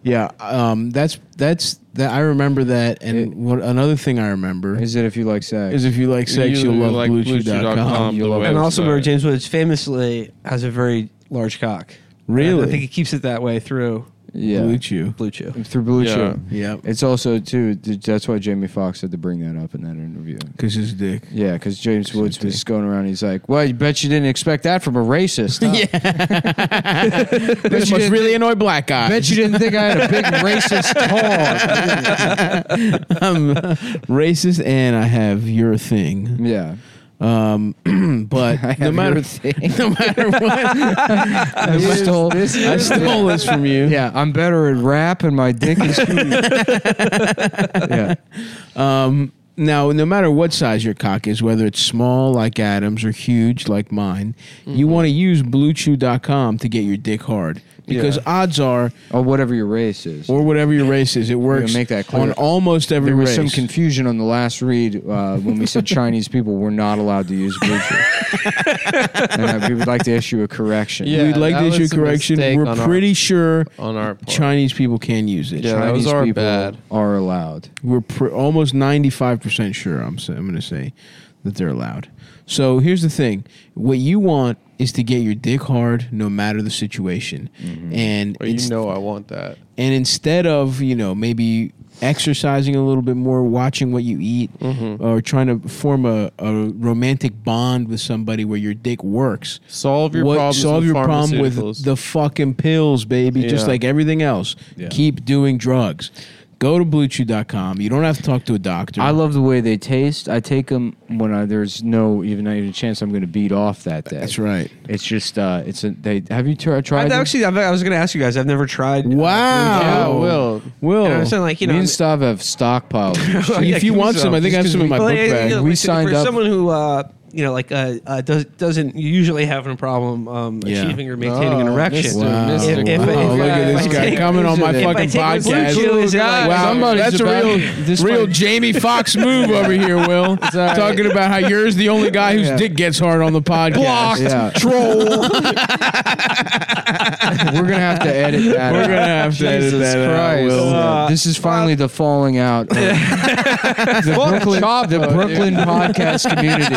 Speaker 1: Yeah, um, that's that's that. I remember that, and what another thing I remember is,
Speaker 6: Is it if you like sex?
Speaker 1: if you like sex,
Speaker 4: You
Speaker 1: you will love
Speaker 4: like
Speaker 1: like BlueChew.com.
Speaker 4: the
Speaker 6: love-
Speaker 3: and also, remember
Speaker 4: website.
Speaker 3: James Woods famously has a very large cock.
Speaker 1: Really?
Speaker 3: I think he keeps it that way through
Speaker 6: yeah.
Speaker 1: Blue Chew.
Speaker 3: Blue Chew.
Speaker 6: through Blue
Speaker 4: Yeah.
Speaker 6: Chew.
Speaker 1: Yep.
Speaker 6: It's also too. th- That's why Jamie Foxx had to bring that up in that interview.
Speaker 1: Because his dick.
Speaker 6: Yeah, because James Woods was going around. He's like, "Well, you bet you didn't expect that from a racist. huh?
Speaker 1: This must really annoy black guys.
Speaker 6: Bet you didn't think I had a big racist hog."
Speaker 1: I'm racist and I have your thing.
Speaker 6: Yeah,
Speaker 1: Um, but no matter no matter what,
Speaker 6: I stole this.
Speaker 1: I stole this from you.
Speaker 6: Yeah, I'm better at rap, and my dick is huge. yeah,
Speaker 1: Um, now, no matter what size your cock is, whether it's small like Adam's or huge like mine,
Speaker 4: Mm-hmm.
Speaker 1: you want to use BlueChew.com to get your dick hard because
Speaker 4: Yeah.
Speaker 1: odds are,
Speaker 6: or whatever your race is.
Speaker 1: or whatever your race is, it works
Speaker 6: make that clear.
Speaker 1: on almost every
Speaker 6: there was
Speaker 1: race.
Speaker 6: some confusion on the last read uh, when we said Chinese people were not allowed to use Bluetooth, and uh, we would like to issue a correction.
Speaker 4: Yeah,
Speaker 1: We'd like
Speaker 4: that
Speaker 1: to issue
Speaker 4: was
Speaker 1: a
Speaker 4: a
Speaker 1: correction.
Speaker 4: mistake
Speaker 1: We're
Speaker 4: on our-
Speaker 1: pretty sure
Speaker 4: on our part.
Speaker 1: Chinese people can use it.
Speaker 4: Yeah, that
Speaker 6: Chinese
Speaker 4: was our
Speaker 6: people
Speaker 4: bad.
Speaker 6: are allowed.
Speaker 1: we're pr- almost 95% sure I'm, s- I'm going to say that they're allowed. So here's the thing. What you want is to get your dick hard no matter the situation. And
Speaker 4: Well, Mm-hmm. you
Speaker 1: it's-
Speaker 4: know I want that.
Speaker 1: and instead of, you know, maybe exercising a little bit more, watching what you eat
Speaker 3: Mm-hmm.
Speaker 1: or trying to form a, a romantic bond with somebody where your dick works.
Speaker 4: Solve your
Speaker 1: what-
Speaker 4: problems.
Speaker 1: solve
Speaker 4: with
Speaker 1: your problem
Speaker 4: pharmaceuticals.
Speaker 1: with the fucking pills, baby. Just
Speaker 4: Yeah.
Speaker 1: like everything else. Keep doing drugs. Go to bluechew.com. You don't have to talk to a doctor.
Speaker 6: I love the way they taste. I take them when I, there's no even not even a chance I'm going to beat off that day.
Speaker 1: That's right.
Speaker 6: It's just uh, it's a they. Have you tri- tried?
Speaker 3: I've
Speaker 6: them?
Speaker 3: actually, I've, I was going to ask you guys. I've never tried. uh,
Speaker 1: Wow.
Speaker 4: Yeah, Will.
Speaker 1: Will.
Speaker 3: You know what I'm saying? Like, you know,
Speaker 6: me and Stav have stockpiled.
Speaker 3: Yeah,
Speaker 1: if you
Speaker 3: keep
Speaker 1: want some, I think I have some in my
Speaker 3: Well,
Speaker 1: book
Speaker 3: yeah, you
Speaker 1: bag.
Speaker 3: know,
Speaker 6: We
Speaker 3: for-
Speaker 6: signed
Speaker 3: for
Speaker 6: up-
Speaker 3: someone who uh, you know, like uh, uh, does, doesn't usually have a problem um,
Speaker 1: Yeah.
Speaker 3: achieving or maintaining an
Speaker 4: Oh,
Speaker 3: erection.
Speaker 4: Mr.
Speaker 1: Wow.
Speaker 3: If-
Speaker 1: wow.
Speaker 3: if- if-
Speaker 1: look
Speaker 3: if
Speaker 1: at
Speaker 3: I
Speaker 1: this guy
Speaker 3: take-
Speaker 1: coming on my
Speaker 3: if I
Speaker 1: fucking
Speaker 3: take a blue
Speaker 1: podcast.
Speaker 3: chew, is it like-
Speaker 1: Wow,
Speaker 6: Somebody's
Speaker 1: that's a
Speaker 6: about-
Speaker 1: real,
Speaker 6: this
Speaker 1: real
Speaker 6: might-
Speaker 1: Jamie Foxx move over here, Will. Talking about how you're the only guy whose
Speaker 6: Yeah.
Speaker 1: dick gets hard on the podcast.
Speaker 6: Yeah.
Speaker 1: troll.
Speaker 6: We're gonna have to edit that.
Speaker 1: We're
Speaker 6: out.
Speaker 1: gonna have to edit
Speaker 6: Jesus
Speaker 1: that out,
Speaker 6: Christ.
Speaker 1: Will.
Speaker 6: Uh, this is finally the falling out. of- the Brooklyn, the Brooklyn podcast community.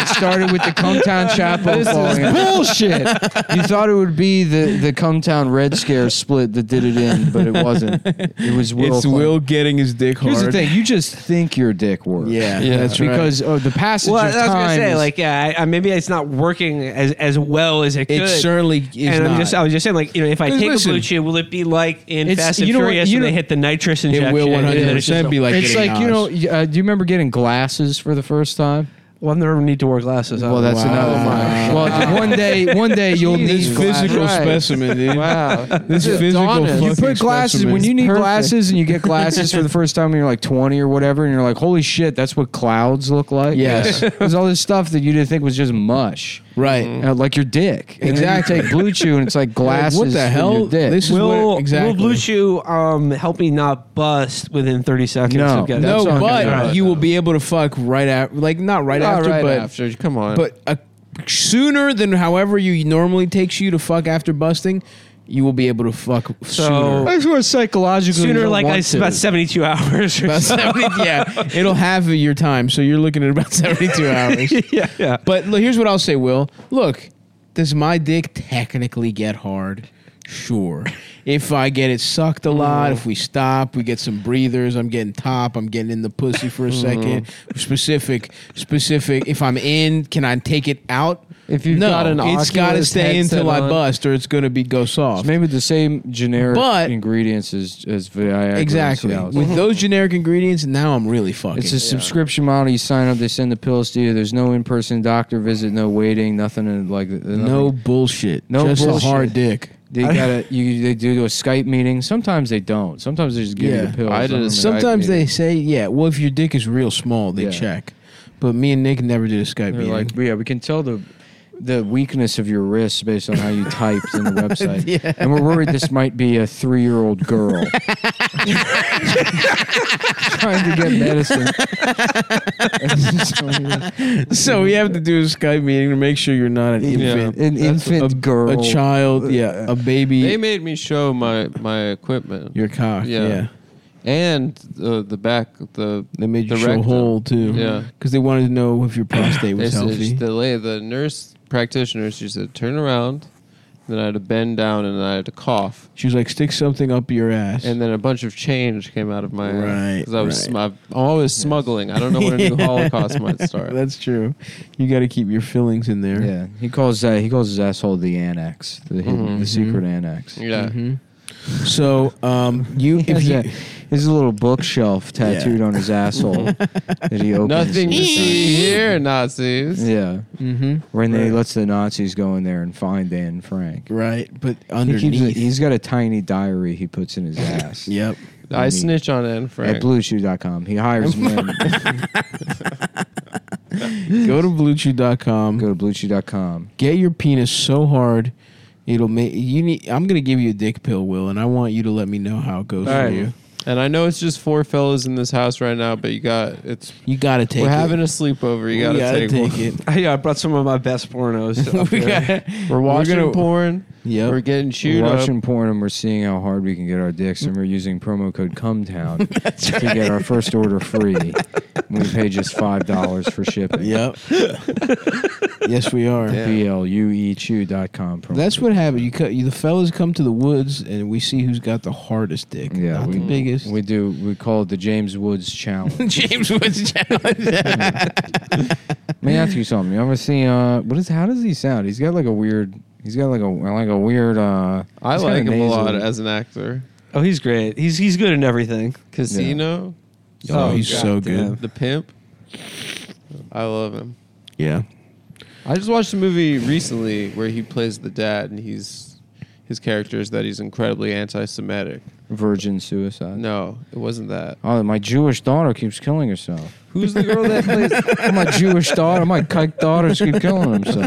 Speaker 6: It started with the Cumtown Chapel falling out. Bullshit. You thought it would be the the Cumtown Red Scare split that did it in, but it wasn't. It was Will.
Speaker 1: It's
Speaker 6: falling.
Speaker 1: Will getting his dick hard.
Speaker 6: Here's the thing: you just think your dick works.
Speaker 1: Yeah,
Speaker 4: Yeah.
Speaker 1: that's right.
Speaker 6: because oh, the passage
Speaker 3: Well, I
Speaker 6: of
Speaker 3: was
Speaker 6: time.
Speaker 3: gonna say,
Speaker 6: is-
Speaker 3: like, yeah, I, I, maybe it's not working as as well as it
Speaker 1: it
Speaker 3: could.
Speaker 1: certainly is
Speaker 3: and
Speaker 1: not.
Speaker 3: I'm just, I was just saying, like, you know, if I
Speaker 1: 'Cause
Speaker 3: take
Speaker 1: listen-
Speaker 3: a blue chew, will it be like in
Speaker 6: It's-
Speaker 3: Fast and
Speaker 6: you know what-
Speaker 3: Furious
Speaker 6: you
Speaker 3: when they
Speaker 6: know-
Speaker 3: hit the nitrous injection?
Speaker 1: it will
Speaker 3: and then
Speaker 1: 100
Speaker 3: it's just
Speaker 1: percent be like
Speaker 6: it's
Speaker 1: getting
Speaker 6: like you know.
Speaker 1: Oz.
Speaker 6: Uh, do you remember getting glasses for the first time?
Speaker 3: Well, I've never need to wear glasses.
Speaker 6: Well, that's
Speaker 1: Wow.
Speaker 6: another one. Well, one day, one day you'll
Speaker 1: this
Speaker 6: need
Speaker 1: physical
Speaker 6: glasses.
Speaker 1: specimen. Dude.
Speaker 4: Wow.
Speaker 1: This physical.
Speaker 4: Adonis.
Speaker 1: fucking
Speaker 6: You put glasses
Speaker 1: specimen.
Speaker 6: when you need
Speaker 4: Perfect.
Speaker 6: glasses and you get glasses for the first time when you're like 20 or whatever, and you're like, holy shit, that's what clouds look like.
Speaker 1: Yes.
Speaker 6: There's all this stuff that you didn't think was just mush,
Speaker 1: right.
Speaker 6: uh, like your dick. And then you
Speaker 1: Mm. Exactly.
Speaker 6: take blue chew and it's like glasses.
Speaker 1: What the
Speaker 6: for
Speaker 1: hell?
Speaker 6: your dick.
Speaker 1: This is
Speaker 3: will,
Speaker 1: what, exactly.
Speaker 3: will blue chew um, help me not bust within 30 seconds?
Speaker 6: No.
Speaker 3: of getting-
Speaker 1: no,
Speaker 6: That's all
Speaker 1: but
Speaker 6: good. Right.
Speaker 1: you will be able to fuck right after, like not right
Speaker 4: Not
Speaker 1: after,
Speaker 4: right
Speaker 1: but
Speaker 4: after. Come on.
Speaker 1: but uh sooner than however you normally takes you to fuck after busting, you will be able to fuck
Speaker 3: So-
Speaker 6: I just want psychologically. you
Speaker 3: sooner,
Speaker 6: don't
Speaker 3: like
Speaker 6: want
Speaker 3: I,
Speaker 6: to.
Speaker 3: about 72 hours or
Speaker 1: sooner. About
Speaker 3: so.
Speaker 1: 70, yeah, it'll have your time. So you're looking at about seventy-two hours.
Speaker 3: yeah, yeah.
Speaker 1: But look, here's what I'll say, Will. Look, does my dick technically get hard? Sure. If I get it sucked a lot, if we stop, we get some breathers. I'm getting top. I'm getting in the pussy for a second.
Speaker 6: Mm-hmm.
Speaker 1: Specific, specific. If I'm in, can I take it out?
Speaker 6: If you've
Speaker 1: no,
Speaker 6: got an
Speaker 1: it's got to
Speaker 6: Oculus
Speaker 1: stay
Speaker 6: headset
Speaker 1: until I
Speaker 6: on.
Speaker 1: bust, or it's going to be go soft.
Speaker 6: Maybe the same generic
Speaker 1: But-
Speaker 6: ingredients as, as Viagra. and
Speaker 1: Exactly.
Speaker 6: Cialis.
Speaker 1: With those generic ingredients, now I'm really fucking.
Speaker 6: Mm-hmm. It's a subscription model. You sign up, they send the pills to you. There's no in-person doctor visit, no waiting, nothing in, like nothing.
Speaker 1: no bullshit.
Speaker 6: No
Speaker 1: just
Speaker 6: bullshit.
Speaker 1: a hard dick.
Speaker 6: They gotta you. They do a Skype meeting. Sometimes they don't. Sometimes they just give you
Speaker 1: Yeah.
Speaker 6: the pills.
Speaker 4: I did
Speaker 6: don't
Speaker 4: a
Speaker 6: know.
Speaker 4: Skype
Speaker 1: Sometimes
Speaker 4: meeting.
Speaker 1: they say, yeah, well, if your dick is real small, they
Speaker 6: Yeah.
Speaker 1: check. But me and Nick never did a Skype
Speaker 6: They're
Speaker 1: meeting.
Speaker 6: like, yeah, we can tell the the weakness of your wrists based on how you typed in the website, and we're worried this might be a three-year-old girl trying to get medicine.
Speaker 1: so we have to do a Skype meeting to make sure you're not an infant,
Speaker 6: An infant
Speaker 1: a,
Speaker 6: girl.
Speaker 1: a child, yeah, a baby.
Speaker 4: they made me show my my equipment
Speaker 1: your cock, yeah.
Speaker 4: Yeah. and the the back the
Speaker 1: They made you
Speaker 4: The
Speaker 1: show
Speaker 4: rectum.
Speaker 1: hole too,
Speaker 4: Yeah.
Speaker 1: because they wanted to know if your prostate
Speaker 4: they
Speaker 1: was
Speaker 4: said
Speaker 1: healthy.
Speaker 4: just the la- the nurse practitioner she said turn around then I had to bend down and I had to cough
Speaker 1: She was like, "Stick something up your ass."
Speaker 4: and then a bunch of change came out of my
Speaker 1: Right,
Speaker 4: because I was
Speaker 1: right.
Speaker 4: sm- I'm always smuggling I don't know when a new Holocaust might start
Speaker 1: that's true. You got to keep your fillings in there.
Speaker 6: Yeah, he calls uh, he calls his asshole the annex,
Speaker 1: mm-hmm.
Speaker 6: the hidden, the secret annex.
Speaker 4: yeah
Speaker 1: So, um, you
Speaker 6: He
Speaker 1: if
Speaker 6: has
Speaker 1: you
Speaker 6: a- There's a little bookshelf tattooed on his asshole that he opens.
Speaker 4: Nothing to
Speaker 6: and-
Speaker 4: see here, Nazis.
Speaker 6: Yeah.
Speaker 2: Mm-hmm.
Speaker 6: When they lets the Nazis go in there and find Dan Frank.
Speaker 1: right? But
Speaker 6: He keeps
Speaker 1: underneath,
Speaker 6: a, he's got a tiny diary he puts in his ass.
Speaker 1: yep.
Speaker 4: I snitch on Anne
Speaker 6: At
Speaker 4: Frank.
Speaker 6: bluechew.com. He hires men.
Speaker 1: Go to bluechew.com.
Speaker 6: Go to bluechew.com.
Speaker 1: get your penis so hard it'll make you need i'm gonna give you a dick pill will and i want you to let me know how it goes
Speaker 4: All
Speaker 1: for
Speaker 4: right.
Speaker 1: you
Speaker 4: And I know it's just four fellas in this house right now, but you got it's.
Speaker 1: you gotta take
Speaker 4: we're
Speaker 1: it
Speaker 4: having a sleepover. You
Speaker 1: We
Speaker 4: gotta, take, one.
Speaker 1: it
Speaker 3: yeah, I brought some of my best pornos. up
Speaker 1: We
Speaker 3: here.
Speaker 1: got-
Speaker 4: We're watching
Speaker 1: gonna-
Speaker 4: porn.
Speaker 1: Yep.
Speaker 4: We're getting
Speaker 6: We're
Speaker 4: chewed up.
Speaker 6: watching porn and we're seeing how hard we can get our dicks, and we're using promo code CUMTOWN to get our first order free. we pay just $5 for shipping.
Speaker 1: yep yes we are
Speaker 6: E BLUEChew.com. Promo
Speaker 1: that's
Speaker 6: code.
Speaker 1: what happened you, co- you the fellas come to the woods and we see who's got the hardest dick
Speaker 6: Yeah,
Speaker 1: not
Speaker 6: we-
Speaker 1: the biggest
Speaker 6: we do. We call it the James Woods Challenge.
Speaker 1: james woods challenge
Speaker 6: Let me ask you something. You ever see uh what is how does he sound? He's got like a weird he's got like a like a weird uh
Speaker 4: I
Speaker 6: he's got
Speaker 4: like him a
Speaker 6: nasal-
Speaker 4: lot as an actor.
Speaker 3: Oh, he's great. He's he's good in everything.
Speaker 4: Casino,
Speaker 1: oh, he's so
Speaker 3: God damn.
Speaker 1: good
Speaker 4: The Pimp. I love him.
Speaker 1: yeah
Speaker 4: I just watched a movie recently where he plays the dad, and he's his character is that he's incredibly anti-Semitic.
Speaker 6: virgin suicide.
Speaker 4: No, it wasn't that.
Speaker 6: Oh, my Jewish daughter keeps killing herself. Oh,
Speaker 4: Who's the girl that plays?
Speaker 6: my Jewish daughter, my kike daughters keep killing themselves.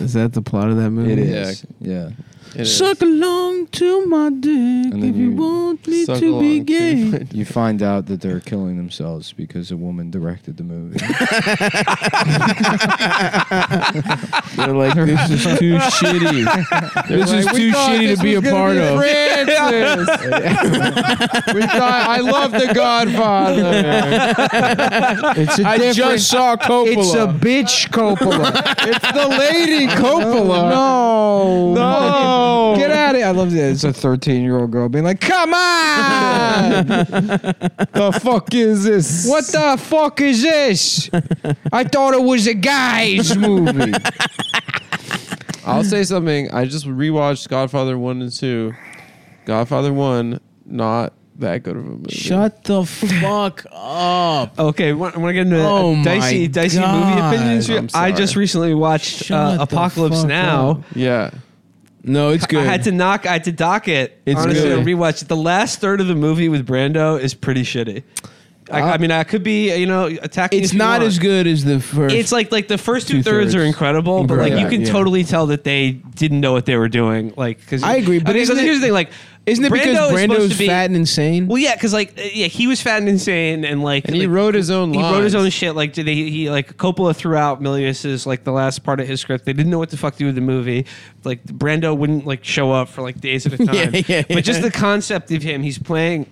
Speaker 1: is that the plot of that movie
Speaker 6: It is. Yeah.
Speaker 4: It is.
Speaker 1: suck along to my dick
Speaker 6: then
Speaker 1: if you,
Speaker 6: you
Speaker 1: want me
Speaker 4: Suck
Speaker 1: to be
Speaker 4: along
Speaker 1: gay
Speaker 4: my-
Speaker 6: You find out that they're killing themselves because a woman directed the movie.
Speaker 1: They're like, this is too shitty. This is too shitty to be a part of.
Speaker 4: We thought- I love The Godfather.
Speaker 6: It's a
Speaker 4: I
Speaker 6: different-
Speaker 4: just saw Coppola.
Speaker 6: It's a bitch Coppola.
Speaker 4: It's the lady Coppola.
Speaker 6: no.
Speaker 4: No.
Speaker 6: Get out of here. I love that. It's a 13 year old girl being like, come on.
Speaker 4: The fuck is this?
Speaker 6: What the fuck is this? I thought it was a guy's movie.
Speaker 4: I'll say something. I just rewatched Godfather 1 and 2. Godfather 1, not that good of a movie.
Speaker 1: Shut the fuck up.
Speaker 3: Okay, when I get into
Speaker 1: Oh my
Speaker 3: uh, dicey, dicey movie
Speaker 1: God.
Speaker 3: opinions, here,
Speaker 4: I'm
Speaker 3: I
Speaker 4: sorry.
Speaker 3: just recently watched
Speaker 1: Shut
Speaker 3: uh,
Speaker 1: the
Speaker 3: Apocalypse
Speaker 1: fuck
Speaker 3: Now.
Speaker 1: up.
Speaker 4: Yeah.
Speaker 1: No, it's good.
Speaker 3: I had to knock. I had to dock it.
Speaker 1: It's
Speaker 3: Honestly,
Speaker 1: good.
Speaker 3: I rewatched it. The last third of the movie with Brando is pretty shitty.
Speaker 4: Uh,
Speaker 3: I, I mean, I could be you know attacking.
Speaker 1: it's
Speaker 3: if you
Speaker 1: not
Speaker 3: want.
Speaker 1: as good as the first.
Speaker 3: It's like like the first two,
Speaker 1: Two-thirds.
Speaker 3: thirds are incredible, but like you
Speaker 1: Incredible.
Speaker 3: can
Speaker 1: Yeah.
Speaker 3: totally tell that they didn't know what they were doing. Like, because
Speaker 1: I agree, but isn't it-
Speaker 3: here's the thing, like,
Speaker 1: isn't it because
Speaker 3: Brando is supposed
Speaker 1: Brando's
Speaker 3: to be-
Speaker 1: fat and insane?
Speaker 3: Well, yeah, because like uh, yeah, he was fat and insane, and like
Speaker 4: And he
Speaker 3: like,
Speaker 4: wrote his own
Speaker 3: He wrote his
Speaker 4: lines.
Speaker 3: own shit. Like did he, he like Coppola threw out Milius's like the last part of his script. They didn't know what the fuck to do with the movie. Like Brando wouldn't like show up for like days at a time.
Speaker 1: Yeah, yeah,
Speaker 3: but just the concept of him, he's playing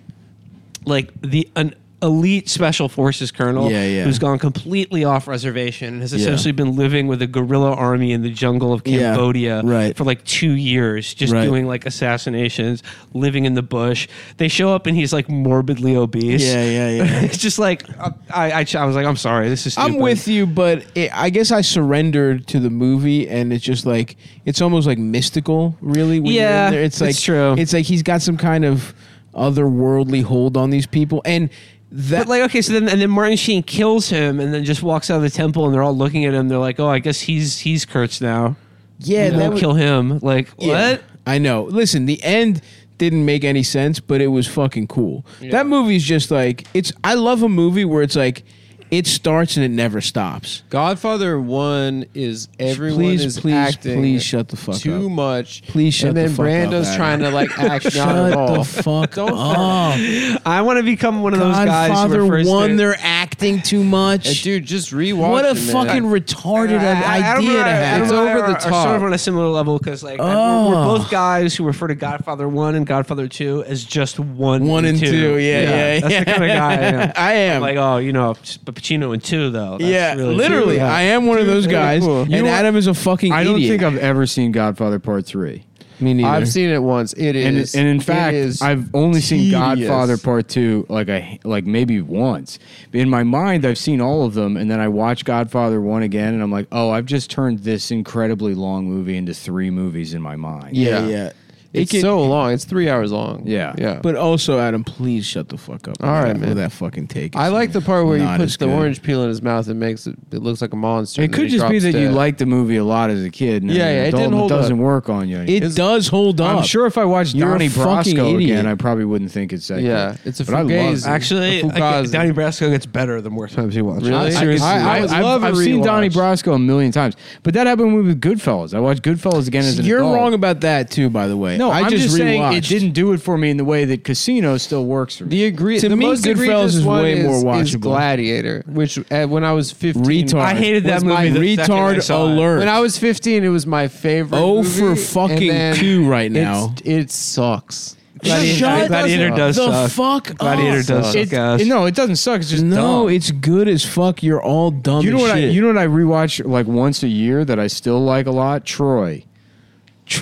Speaker 3: like the an elite special forces colonel
Speaker 1: Yeah, yeah.
Speaker 3: who's gone completely off reservation and has essentially been living with a guerrilla army in the jungle of
Speaker 1: Yeah,
Speaker 3: Cambodia
Speaker 1: right.
Speaker 3: for like two years, just
Speaker 1: Right.
Speaker 3: doing like assassinations, living in the bush. They show up and he's like morbidly obese.
Speaker 1: yeah, yeah, yeah.
Speaker 3: it's just like I, I, I was like, I'm sorry, this is. Stupid.
Speaker 1: I'm with you, but it, I guess I surrendered to the movie, and it's just like it's almost like mystical, really. When you're
Speaker 3: Yeah,
Speaker 1: in there. it's
Speaker 3: it's
Speaker 1: like
Speaker 3: true.
Speaker 1: It's like he's got some kind of otherworldly hold on these people, and that
Speaker 3: But like, okay, so then and then Martin Sheen kills him and then just walks out of the temple and they're all looking at him. They're like, oh, I guess he's he's Kurtz now.
Speaker 1: yeah,
Speaker 3: We'll
Speaker 1: that was,
Speaker 3: kill him. Like what?
Speaker 1: Yeah. I know. Listen, the end didn't make any sense, but it was fucking cool. That movie's just like it's. I love a movie where it's like it starts and it never stops.
Speaker 4: Godfather 1 is everyone
Speaker 1: please,
Speaker 4: is
Speaker 1: please,
Speaker 4: acting
Speaker 1: please shut the fuck
Speaker 4: too
Speaker 1: up.
Speaker 4: much.
Speaker 1: Please shut
Speaker 4: And then
Speaker 1: the fuck up,
Speaker 4: Brando's
Speaker 1: Adam.
Speaker 4: trying to like act not
Speaker 1: Shut
Speaker 4: at
Speaker 1: the
Speaker 4: all.
Speaker 1: fuck
Speaker 4: Don't
Speaker 1: up.
Speaker 3: I want to become one of those guys.
Speaker 1: Godfather
Speaker 3: who refers
Speaker 1: one,
Speaker 3: to-
Speaker 1: they're acting too
Speaker 4: Hey,
Speaker 1: much.
Speaker 4: dude, just rewatch
Speaker 1: what a
Speaker 4: it, man.
Speaker 1: fucking retarded
Speaker 3: I- I don't
Speaker 1: idea
Speaker 3: know,
Speaker 1: to
Speaker 3: I- I
Speaker 1: have.
Speaker 3: don't
Speaker 4: It's
Speaker 3: know,
Speaker 4: over
Speaker 3: I-
Speaker 4: the
Speaker 3: I- Sort
Speaker 4: top.
Speaker 3: of on a similar level because like I- we're, we're
Speaker 1: Oh.
Speaker 3: both guys who refer to Godfather One and Godfather Two as just one,
Speaker 1: One and two, yeah, yeah,
Speaker 3: That's
Speaker 1: yeah.
Speaker 3: the kind of guy I am.
Speaker 1: I am.
Speaker 3: I'm like, oh, you know, but Pacino and two though. That's
Speaker 1: yeah,
Speaker 3: really
Speaker 1: literally,
Speaker 3: cool.
Speaker 1: I am one of those guys,
Speaker 4: cool.
Speaker 1: and
Speaker 4: You know what?
Speaker 1: Adam is a fucking
Speaker 6: I don't
Speaker 1: idiot.
Speaker 6: think I've ever seen Godfather Part 3.
Speaker 1: Me neither.
Speaker 4: I've seen it once. It
Speaker 6: And,
Speaker 4: is.
Speaker 6: and in
Speaker 4: it
Speaker 6: fact,
Speaker 4: is
Speaker 6: I've only seen
Speaker 4: tedious.
Speaker 6: Godfather Part 2 like a, like maybe once. In my mind, I've seen all of them, and then I watch Godfather 1 again, and I'm like, oh, I've just turned this incredibly long movie into three movies in my mind.
Speaker 1: yeah,
Speaker 4: yeah.
Speaker 1: yeah.
Speaker 4: It's
Speaker 1: can-
Speaker 4: so long. It's three hours long.
Speaker 1: Yeah.
Speaker 4: Yeah.
Speaker 1: But also, Adam, please shut the fuck up.
Speaker 4: All
Speaker 1: with
Speaker 4: right,
Speaker 1: that,
Speaker 4: man.
Speaker 1: With that fucking take.
Speaker 4: I
Speaker 1: It's
Speaker 4: like the part where he
Speaker 1: not
Speaker 4: puts
Speaker 1: as
Speaker 4: the
Speaker 1: good.
Speaker 4: orange peel in his mouth and makes it. It looks like a monster.
Speaker 6: It
Speaker 4: and then
Speaker 6: could
Speaker 4: he
Speaker 6: just be
Speaker 4: drops
Speaker 6: that you
Speaker 4: dead.
Speaker 6: liked the movie a lot as a kid. And
Speaker 4: Yeah,
Speaker 6: as an
Speaker 4: yeah, it
Speaker 6: adult,
Speaker 4: didn't hold up.
Speaker 6: doesn't work on you.
Speaker 1: It does hold up.
Speaker 6: I'm sure if I watched
Speaker 1: You're a
Speaker 6: Donnie
Speaker 1: fucking
Speaker 6: Brasco
Speaker 1: idiot.
Speaker 6: again, I probably wouldn't think it's that.
Speaker 4: Yeah,
Speaker 6: good.
Speaker 4: it's a
Speaker 6: But I love-
Speaker 4: fugazi.
Speaker 3: Actually,
Speaker 4: A
Speaker 3: I,
Speaker 4: fugazi.
Speaker 3: Donnie Brasco gets better the more times you watch. it.
Speaker 4: Really?
Speaker 6: I, I, I,
Speaker 4: would
Speaker 6: have
Speaker 4: love a
Speaker 6: I've seen
Speaker 4: rewatch.
Speaker 6: Donnie Brasco a million times, but that happened with- with Goodfellas. I watched Goodfellas again as an
Speaker 1: You're
Speaker 6: adult.
Speaker 1: wrong about that too, by the way.
Speaker 6: No,
Speaker 1: I
Speaker 6: am just, saying it
Speaker 1: rewatched.
Speaker 6: didn't do it for me in the way that Casino still works for me.
Speaker 4: The agree
Speaker 1: To
Speaker 4: the
Speaker 1: me,
Speaker 4: most
Speaker 1: Goodfellas
Speaker 4: egregious
Speaker 1: is
Speaker 4: one
Speaker 1: way more
Speaker 4: Is
Speaker 1: watchable.
Speaker 4: Gladiator, which uh, when I was fifteen,
Speaker 1: Retard.
Speaker 3: I hated that
Speaker 4: was
Speaker 3: movie.
Speaker 4: my
Speaker 3: the second I
Speaker 1: retard
Speaker 3: saw it.
Speaker 1: alert.
Speaker 4: When I was fifteen, it was my favorite.
Speaker 1: Oh
Speaker 4: movie,
Speaker 1: for fucking
Speaker 4: and then
Speaker 1: two right
Speaker 4: it's-
Speaker 1: now.
Speaker 4: It sucks.
Speaker 3: Gladiator,
Speaker 1: Shut
Speaker 3: Gladiator does
Speaker 1: the
Speaker 3: suck.
Speaker 1: fuck up.
Speaker 3: Gladiator does suck.
Speaker 6: It-
Speaker 3: ass.
Speaker 6: no, it doesn't suck. It's just
Speaker 1: No,
Speaker 6: dumb.
Speaker 1: it's good as fuck. You're all dumb.
Speaker 6: you know
Speaker 1: as
Speaker 6: what? I,
Speaker 1: shit.
Speaker 6: you know what I rewatch like once a year that I still like a lot. Troy.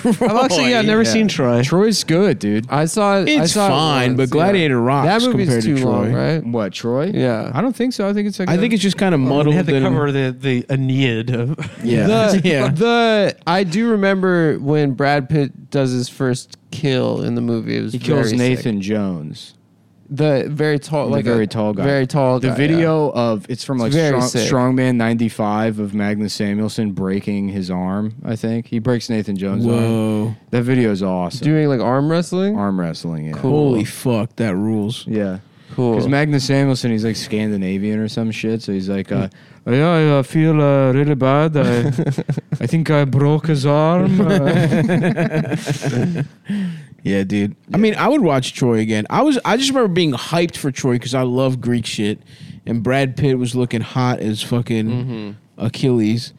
Speaker 3: I've actually yeah, I've never
Speaker 6: Yeah.
Speaker 3: seen Troy.
Speaker 6: Troy's good, dude.
Speaker 4: I saw it. I
Speaker 1: It's
Speaker 4: saw it
Speaker 1: fine,
Speaker 4: once,
Speaker 1: but
Speaker 4: yeah.
Speaker 1: Gladiator rocks
Speaker 4: That movie's
Speaker 1: compared to
Speaker 4: too long,
Speaker 1: Troy.
Speaker 4: right? Oh,
Speaker 6: What Troy?
Speaker 4: Yeah.
Speaker 6: I don't think so. I think it's like
Speaker 1: I think it's just kind of
Speaker 3: They
Speaker 1: muddled.
Speaker 3: had to
Speaker 1: and-
Speaker 3: cover the, the Aeneid of
Speaker 1: yeah,
Speaker 4: The,
Speaker 1: yeah.
Speaker 4: the I do remember when Brad Pitt does his first kill in the movie. It was
Speaker 6: he kills
Speaker 4: very sick.
Speaker 6: Nathan Jones.
Speaker 4: the very tall,
Speaker 6: The
Speaker 4: like a
Speaker 6: very tall guy.
Speaker 4: very tall.
Speaker 6: The
Speaker 4: guy,
Speaker 6: video of it's from like
Speaker 4: very
Speaker 6: strong,
Speaker 4: sick.
Speaker 6: Strongman '95 of Magnus Samuelson breaking his arm. I think he breaks Nathan Jones' arm.
Speaker 1: Whoa!
Speaker 6: That video is
Speaker 4: yeah.
Speaker 6: awesome.
Speaker 4: doing like arm wrestling.
Speaker 6: Arm wrestling. Yeah.
Speaker 1: Holy fuck, that rules.
Speaker 6: Yeah.
Speaker 4: Cool.
Speaker 6: Because Magnus Samuelson, he's like Scandinavian or some shit. So he's like, uh, yeah, I uh, feel uh, really bad. I, I think I broke his arm. Uh,
Speaker 1: Yeah, dude. I mean, I would watch Troy again. I was. I just remember being hyped for Troy because I love Greek shit, and Brad Pitt was looking hot as fucking
Speaker 6: Mm-hmm.
Speaker 1: Achilles.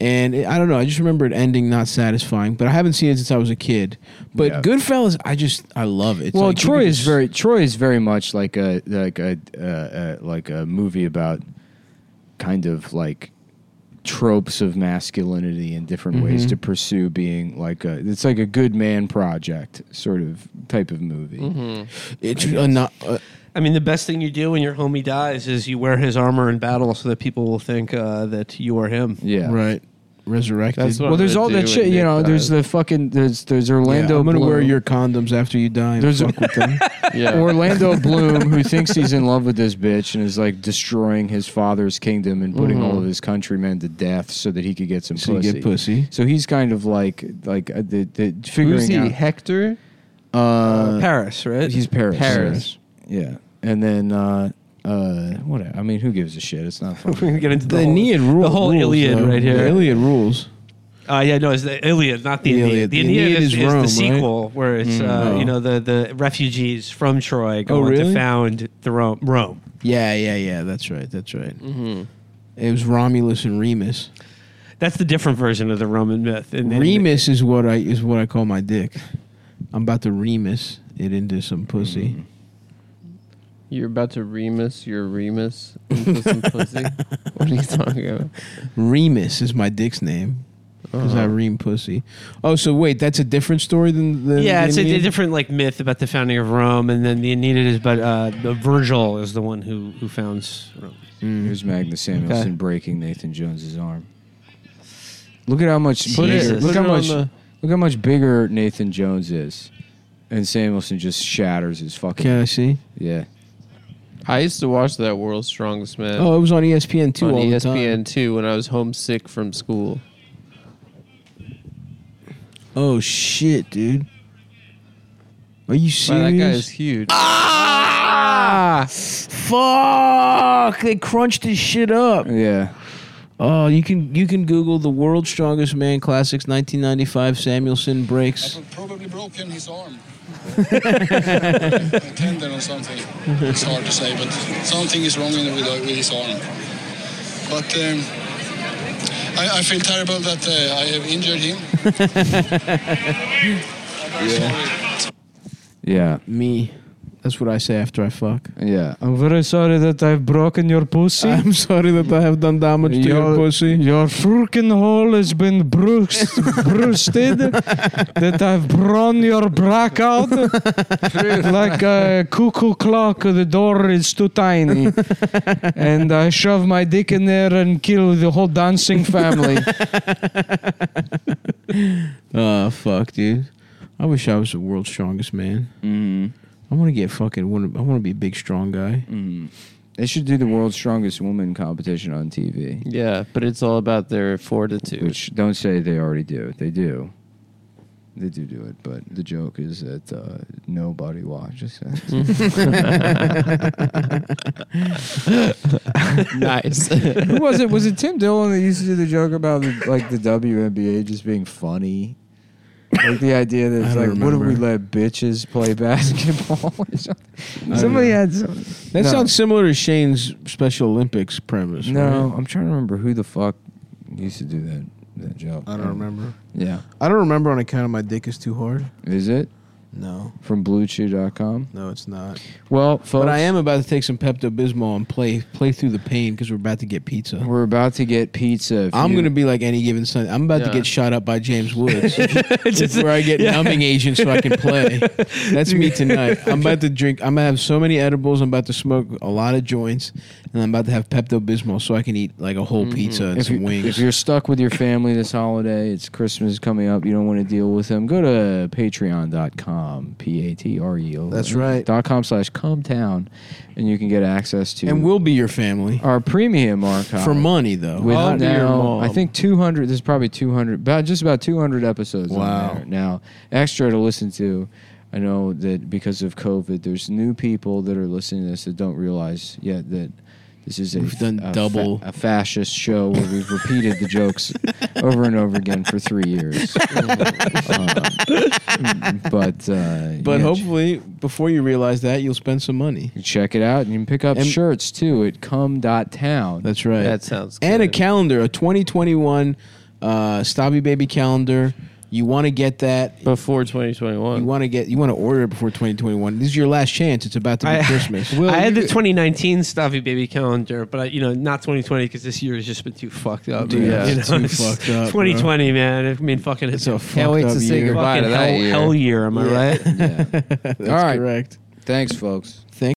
Speaker 1: And it, I don't know. I just remember it ending not satisfying, but I haven't seen it since I was a kid. But
Speaker 6: Yeah.
Speaker 1: Goodfellas, I just I love it. It's
Speaker 6: well,
Speaker 1: like you
Speaker 6: Troy
Speaker 1: could
Speaker 6: is
Speaker 1: just-
Speaker 6: very Troy is very much like a like a uh, uh, like a movie about kind of like tropes of masculinity and different
Speaker 1: Mm-hmm.
Speaker 6: ways to pursue being like a it's like a good man project sort of type of movie.
Speaker 1: Mm-hmm. It's a not. Uh,
Speaker 3: I mean, the best thing you do when your homie dies is you wear his armor in battle so that people will think uh, that you are him.
Speaker 6: Yeah.
Speaker 1: Right. Resurrected.
Speaker 4: That's what
Speaker 6: Well, there's
Speaker 4: I'm
Speaker 6: all
Speaker 4: gonna
Speaker 6: that
Speaker 4: do
Speaker 6: shit,
Speaker 4: when
Speaker 6: you
Speaker 4: Nick
Speaker 6: know. There's
Speaker 4: dies.
Speaker 6: the fucking there's there's Orlando.
Speaker 1: Yeah, I'm gonna wear
Speaker 6: Bloom.
Speaker 1: your condoms after you die. And
Speaker 6: There's a-
Speaker 1: fuck with them.
Speaker 4: yeah.
Speaker 6: Orlando Bloom, who thinks he's in love with this bitch and is like destroying his father's kingdom and putting all of his countrymen to death so that he could get some
Speaker 1: Mm-hmm. So you
Speaker 6: pussy.
Speaker 1: get pussy.
Speaker 6: So he's kind of like like uh, the, the figuring
Speaker 4: Who's he?
Speaker 6: out.
Speaker 4: Hector.
Speaker 6: uh,
Speaker 3: Paris, right?
Speaker 6: he's Paris.
Speaker 4: Paris.
Speaker 6: Yeah, and then uh, uh, what? I mean, who gives a shit? It's not
Speaker 3: We're
Speaker 6: funny.
Speaker 3: gonna get into the,
Speaker 1: The
Speaker 3: whole,
Speaker 1: Aeneid rule.
Speaker 3: the whole
Speaker 1: rules,
Speaker 3: Iliad
Speaker 1: though.
Speaker 3: right
Speaker 1: The
Speaker 3: here.
Speaker 1: Iliad rules.
Speaker 3: Uh, yeah, no, it's the Iliad, not the,
Speaker 1: The
Speaker 3: Aeneid.
Speaker 1: Iliad.
Speaker 3: The
Speaker 1: The
Speaker 3: Aeneid,
Speaker 1: Aeneid is
Speaker 3: is, is
Speaker 1: Rome,
Speaker 3: the
Speaker 1: right?
Speaker 3: sequel where it's uh,
Speaker 1: Oh.
Speaker 3: you know the, the refugees from Troy
Speaker 1: Oh,
Speaker 3: going
Speaker 1: really?
Speaker 3: to found the Rome. Rome.
Speaker 1: Yeah, yeah, yeah. That's right. That's right.
Speaker 4: Mm-hmm.
Speaker 1: It was Romulus and Remus.
Speaker 3: That's the different version of the Roman myth. And then-
Speaker 1: Remus is what I is what I call my dick. I'm about to Remus it into some pussy.
Speaker 4: You're about to Remus. You're Remus. into some pussy. What are you talking about? Mm-hmm.
Speaker 1: Remus is my dick's name because
Speaker 4: Uh-huh.
Speaker 1: I ream pussy. Oh, so wait, that's a different story than the
Speaker 3: yeah,
Speaker 1: the
Speaker 3: it's a,
Speaker 1: Aeneid?
Speaker 3: a different like myth about the founding of Rome, and then the Aeneid is, but uh, the Virgil is the one who who founds Rome.
Speaker 6: Here's Magnus Samuelson breaking Nathan Jones's arm. Look at how much.
Speaker 3: Put it-
Speaker 6: bigger-
Speaker 3: put
Speaker 6: look
Speaker 4: it
Speaker 6: how
Speaker 4: on
Speaker 6: much.
Speaker 4: the-
Speaker 6: Look how much bigger Nathan Jones is, and Samuelson just shatters his fucking.
Speaker 1: Can I see?
Speaker 6: Yeah.
Speaker 4: I used to watch that World's Strongest Man
Speaker 1: Oh, it was on ESPN two
Speaker 4: on E
Speaker 1: all the time.
Speaker 4: ESPN two when I was homesick from school.
Speaker 1: Oh shit, dude. Are you
Speaker 4: Wow,
Speaker 1: serious?
Speaker 4: that guy is huge.
Speaker 1: Fuck! They crunched this shit up.
Speaker 6: Yeah.
Speaker 1: Oh, you can you can Google the world's strongest man classics 1995 Samuelson breaks.
Speaker 9: Probably broken his arm. a tendon or something. It's hard to say, but something is wrong in- with, uh, with his arm. But um, I, I feel terrible that uh, I have injured him. I'm very sorry.
Speaker 6: Yeah.
Speaker 1: Me. That's what I say after I fuck.
Speaker 6: Yeah. I'm very sorry that I've broken your pussy.
Speaker 1: I'm sorry that I have done damage to your pussy.
Speaker 6: Your freaking hole has been bruised, bruised that I've blown your brack out like a cuckoo clock. The door is too tiny. and I shove my dick in there and kill the whole dancing family.
Speaker 1: Oh Ah, fuck, dude. I I wish I was the world's strongest man.
Speaker 2: Mm.
Speaker 1: I want to get fucking. wanna- I want to be a big, strong guy.
Speaker 2: Mm. They should do the world's strongest woman competition on TV.
Speaker 4: Yeah, but it's all about their fortitude.
Speaker 2: Which don't say they already do. They do. They do do it, but the joke is that uh, nobody watches it.
Speaker 4: nice.
Speaker 6: Who was it? Was it Tim Dillon that used to do the joke about the, like the WNBA just being funny? Like the idea that it's
Speaker 1: I
Speaker 6: like,
Speaker 1: don't
Speaker 6: what do we
Speaker 1: remember.
Speaker 6: let bitches play basketball? or something?
Speaker 1: don't
Speaker 6: Somebody
Speaker 1: know.
Speaker 6: had some.
Speaker 1: That
Speaker 6: No.
Speaker 1: sounds similar to Shane's Special Olympics premise.
Speaker 6: No,
Speaker 1: right?
Speaker 6: I'm trying to remember who the fuck used to do that that joke.
Speaker 1: I don't remember.
Speaker 6: Yeah,
Speaker 1: I don't remember on account of my dick is too hard.
Speaker 6: is it
Speaker 1: No,
Speaker 6: from BlueChew.com?
Speaker 1: no, it's not.
Speaker 6: Well, folks,
Speaker 1: But I am about to take some Pepto Bismol and play play through the pain because we're about to get pizza.
Speaker 6: We're about to get pizza. If
Speaker 1: I'm
Speaker 6: you-
Speaker 1: gonna be like any given Sunday. I'm about
Speaker 4: Yeah.
Speaker 1: to get shot up by James Woods, It's where I get numbing agent so I can play. That's me tonight. I'm about to drink. I'm gonna have so many edibles. I'm about to smoke a lot of joints, and I'm about to have Pepto Bismol so I can eat like a whole pizza and
Speaker 6: Mm-hmm. if,
Speaker 1: some
Speaker 6: you,
Speaker 1: wings.
Speaker 6: if you're stuck with your family this holiday, it's Christmas coming up. You don't want to deal with them. Go to patreon.com, P A T R E O.
Speaker 1: That's right.
Speaker 6: Dot com slash come town, and you can get access to
Speaker 1: and we'll be your family
Speaker 6: our premium archive.
Speaker 1: for money though.
Speaker 6: With
Speaker 4: I'll be your
Speaker 6: now, I
Speaker 4: mom.
Speaker 6: think 200, there's probably 200, about just about 200 episodes on
Speaker 1: Wow.
Speaker 6: there now. Extra to listen to. I know that because of COVID, there's new people that are listening to this that don't realize yet that this is a,
Speaker 1: We've done
Speaker 6: a
Speaker 1: double.
Speaker 6: a fascist show where we've repeated the jokes over and over again for three years. Um, but uh,
Speaker 1: but
Speaker 6: yeah,
Speaker 1: hopefully, before you realize that, you'll spend some money.
Speaker 6: ch- check it out, and you can pick up
Speaker 1: And-
Speaker 6: shirts too at cum.town.
Speaker 1: That's right.
Speaker 4: That sounds
Speaker 1: and a
Speaker 4: good.
Speaker 1: calendar, a 2021 uh, Stabby Baby calendar. You want to get that.
Speaker 4: Before
Speaker 1: You
Speaker 4: 2021.
Speaker 1: want to get. You want to order it before 2021. This is your last chance. It's about to be
Speaker 3: I-
Speaker 1: Christmas.
Speaker 3: I had the 2019 Stavi Baby calendar, but I, you know, not 2020 because this year has just been too fucked up.
Speaker 1: Dude,
Speaker 3: man.
Speaker 4: yeah,
Speaker 3: You
Speaker 1: it's
Speaker 3: know,
Speaker 1: too
Speaker 3: it's
Speaker 1: fucked up, bro.
Speaker 3: 2020, man. I mean, fucking,
Speaker 1: it's
Speaker 3: it's a
Speaker 1: a fucked
Speaker 4: wait
Speaker 1: up
Speaker 4: to say
Speaker 1: year.
Speaker 4: goodbye.
Speaker 3: fucking
Speaker 4: to that
Speaker 3: hell,
Speaker 4: year.
Speaker 3: hell year. Am I right?
Speaker 6: Yeah.
Speaker 1: That's
Speaker 6: All right.
Speaker 1: correct.
Speaker 6: Thanks, folks.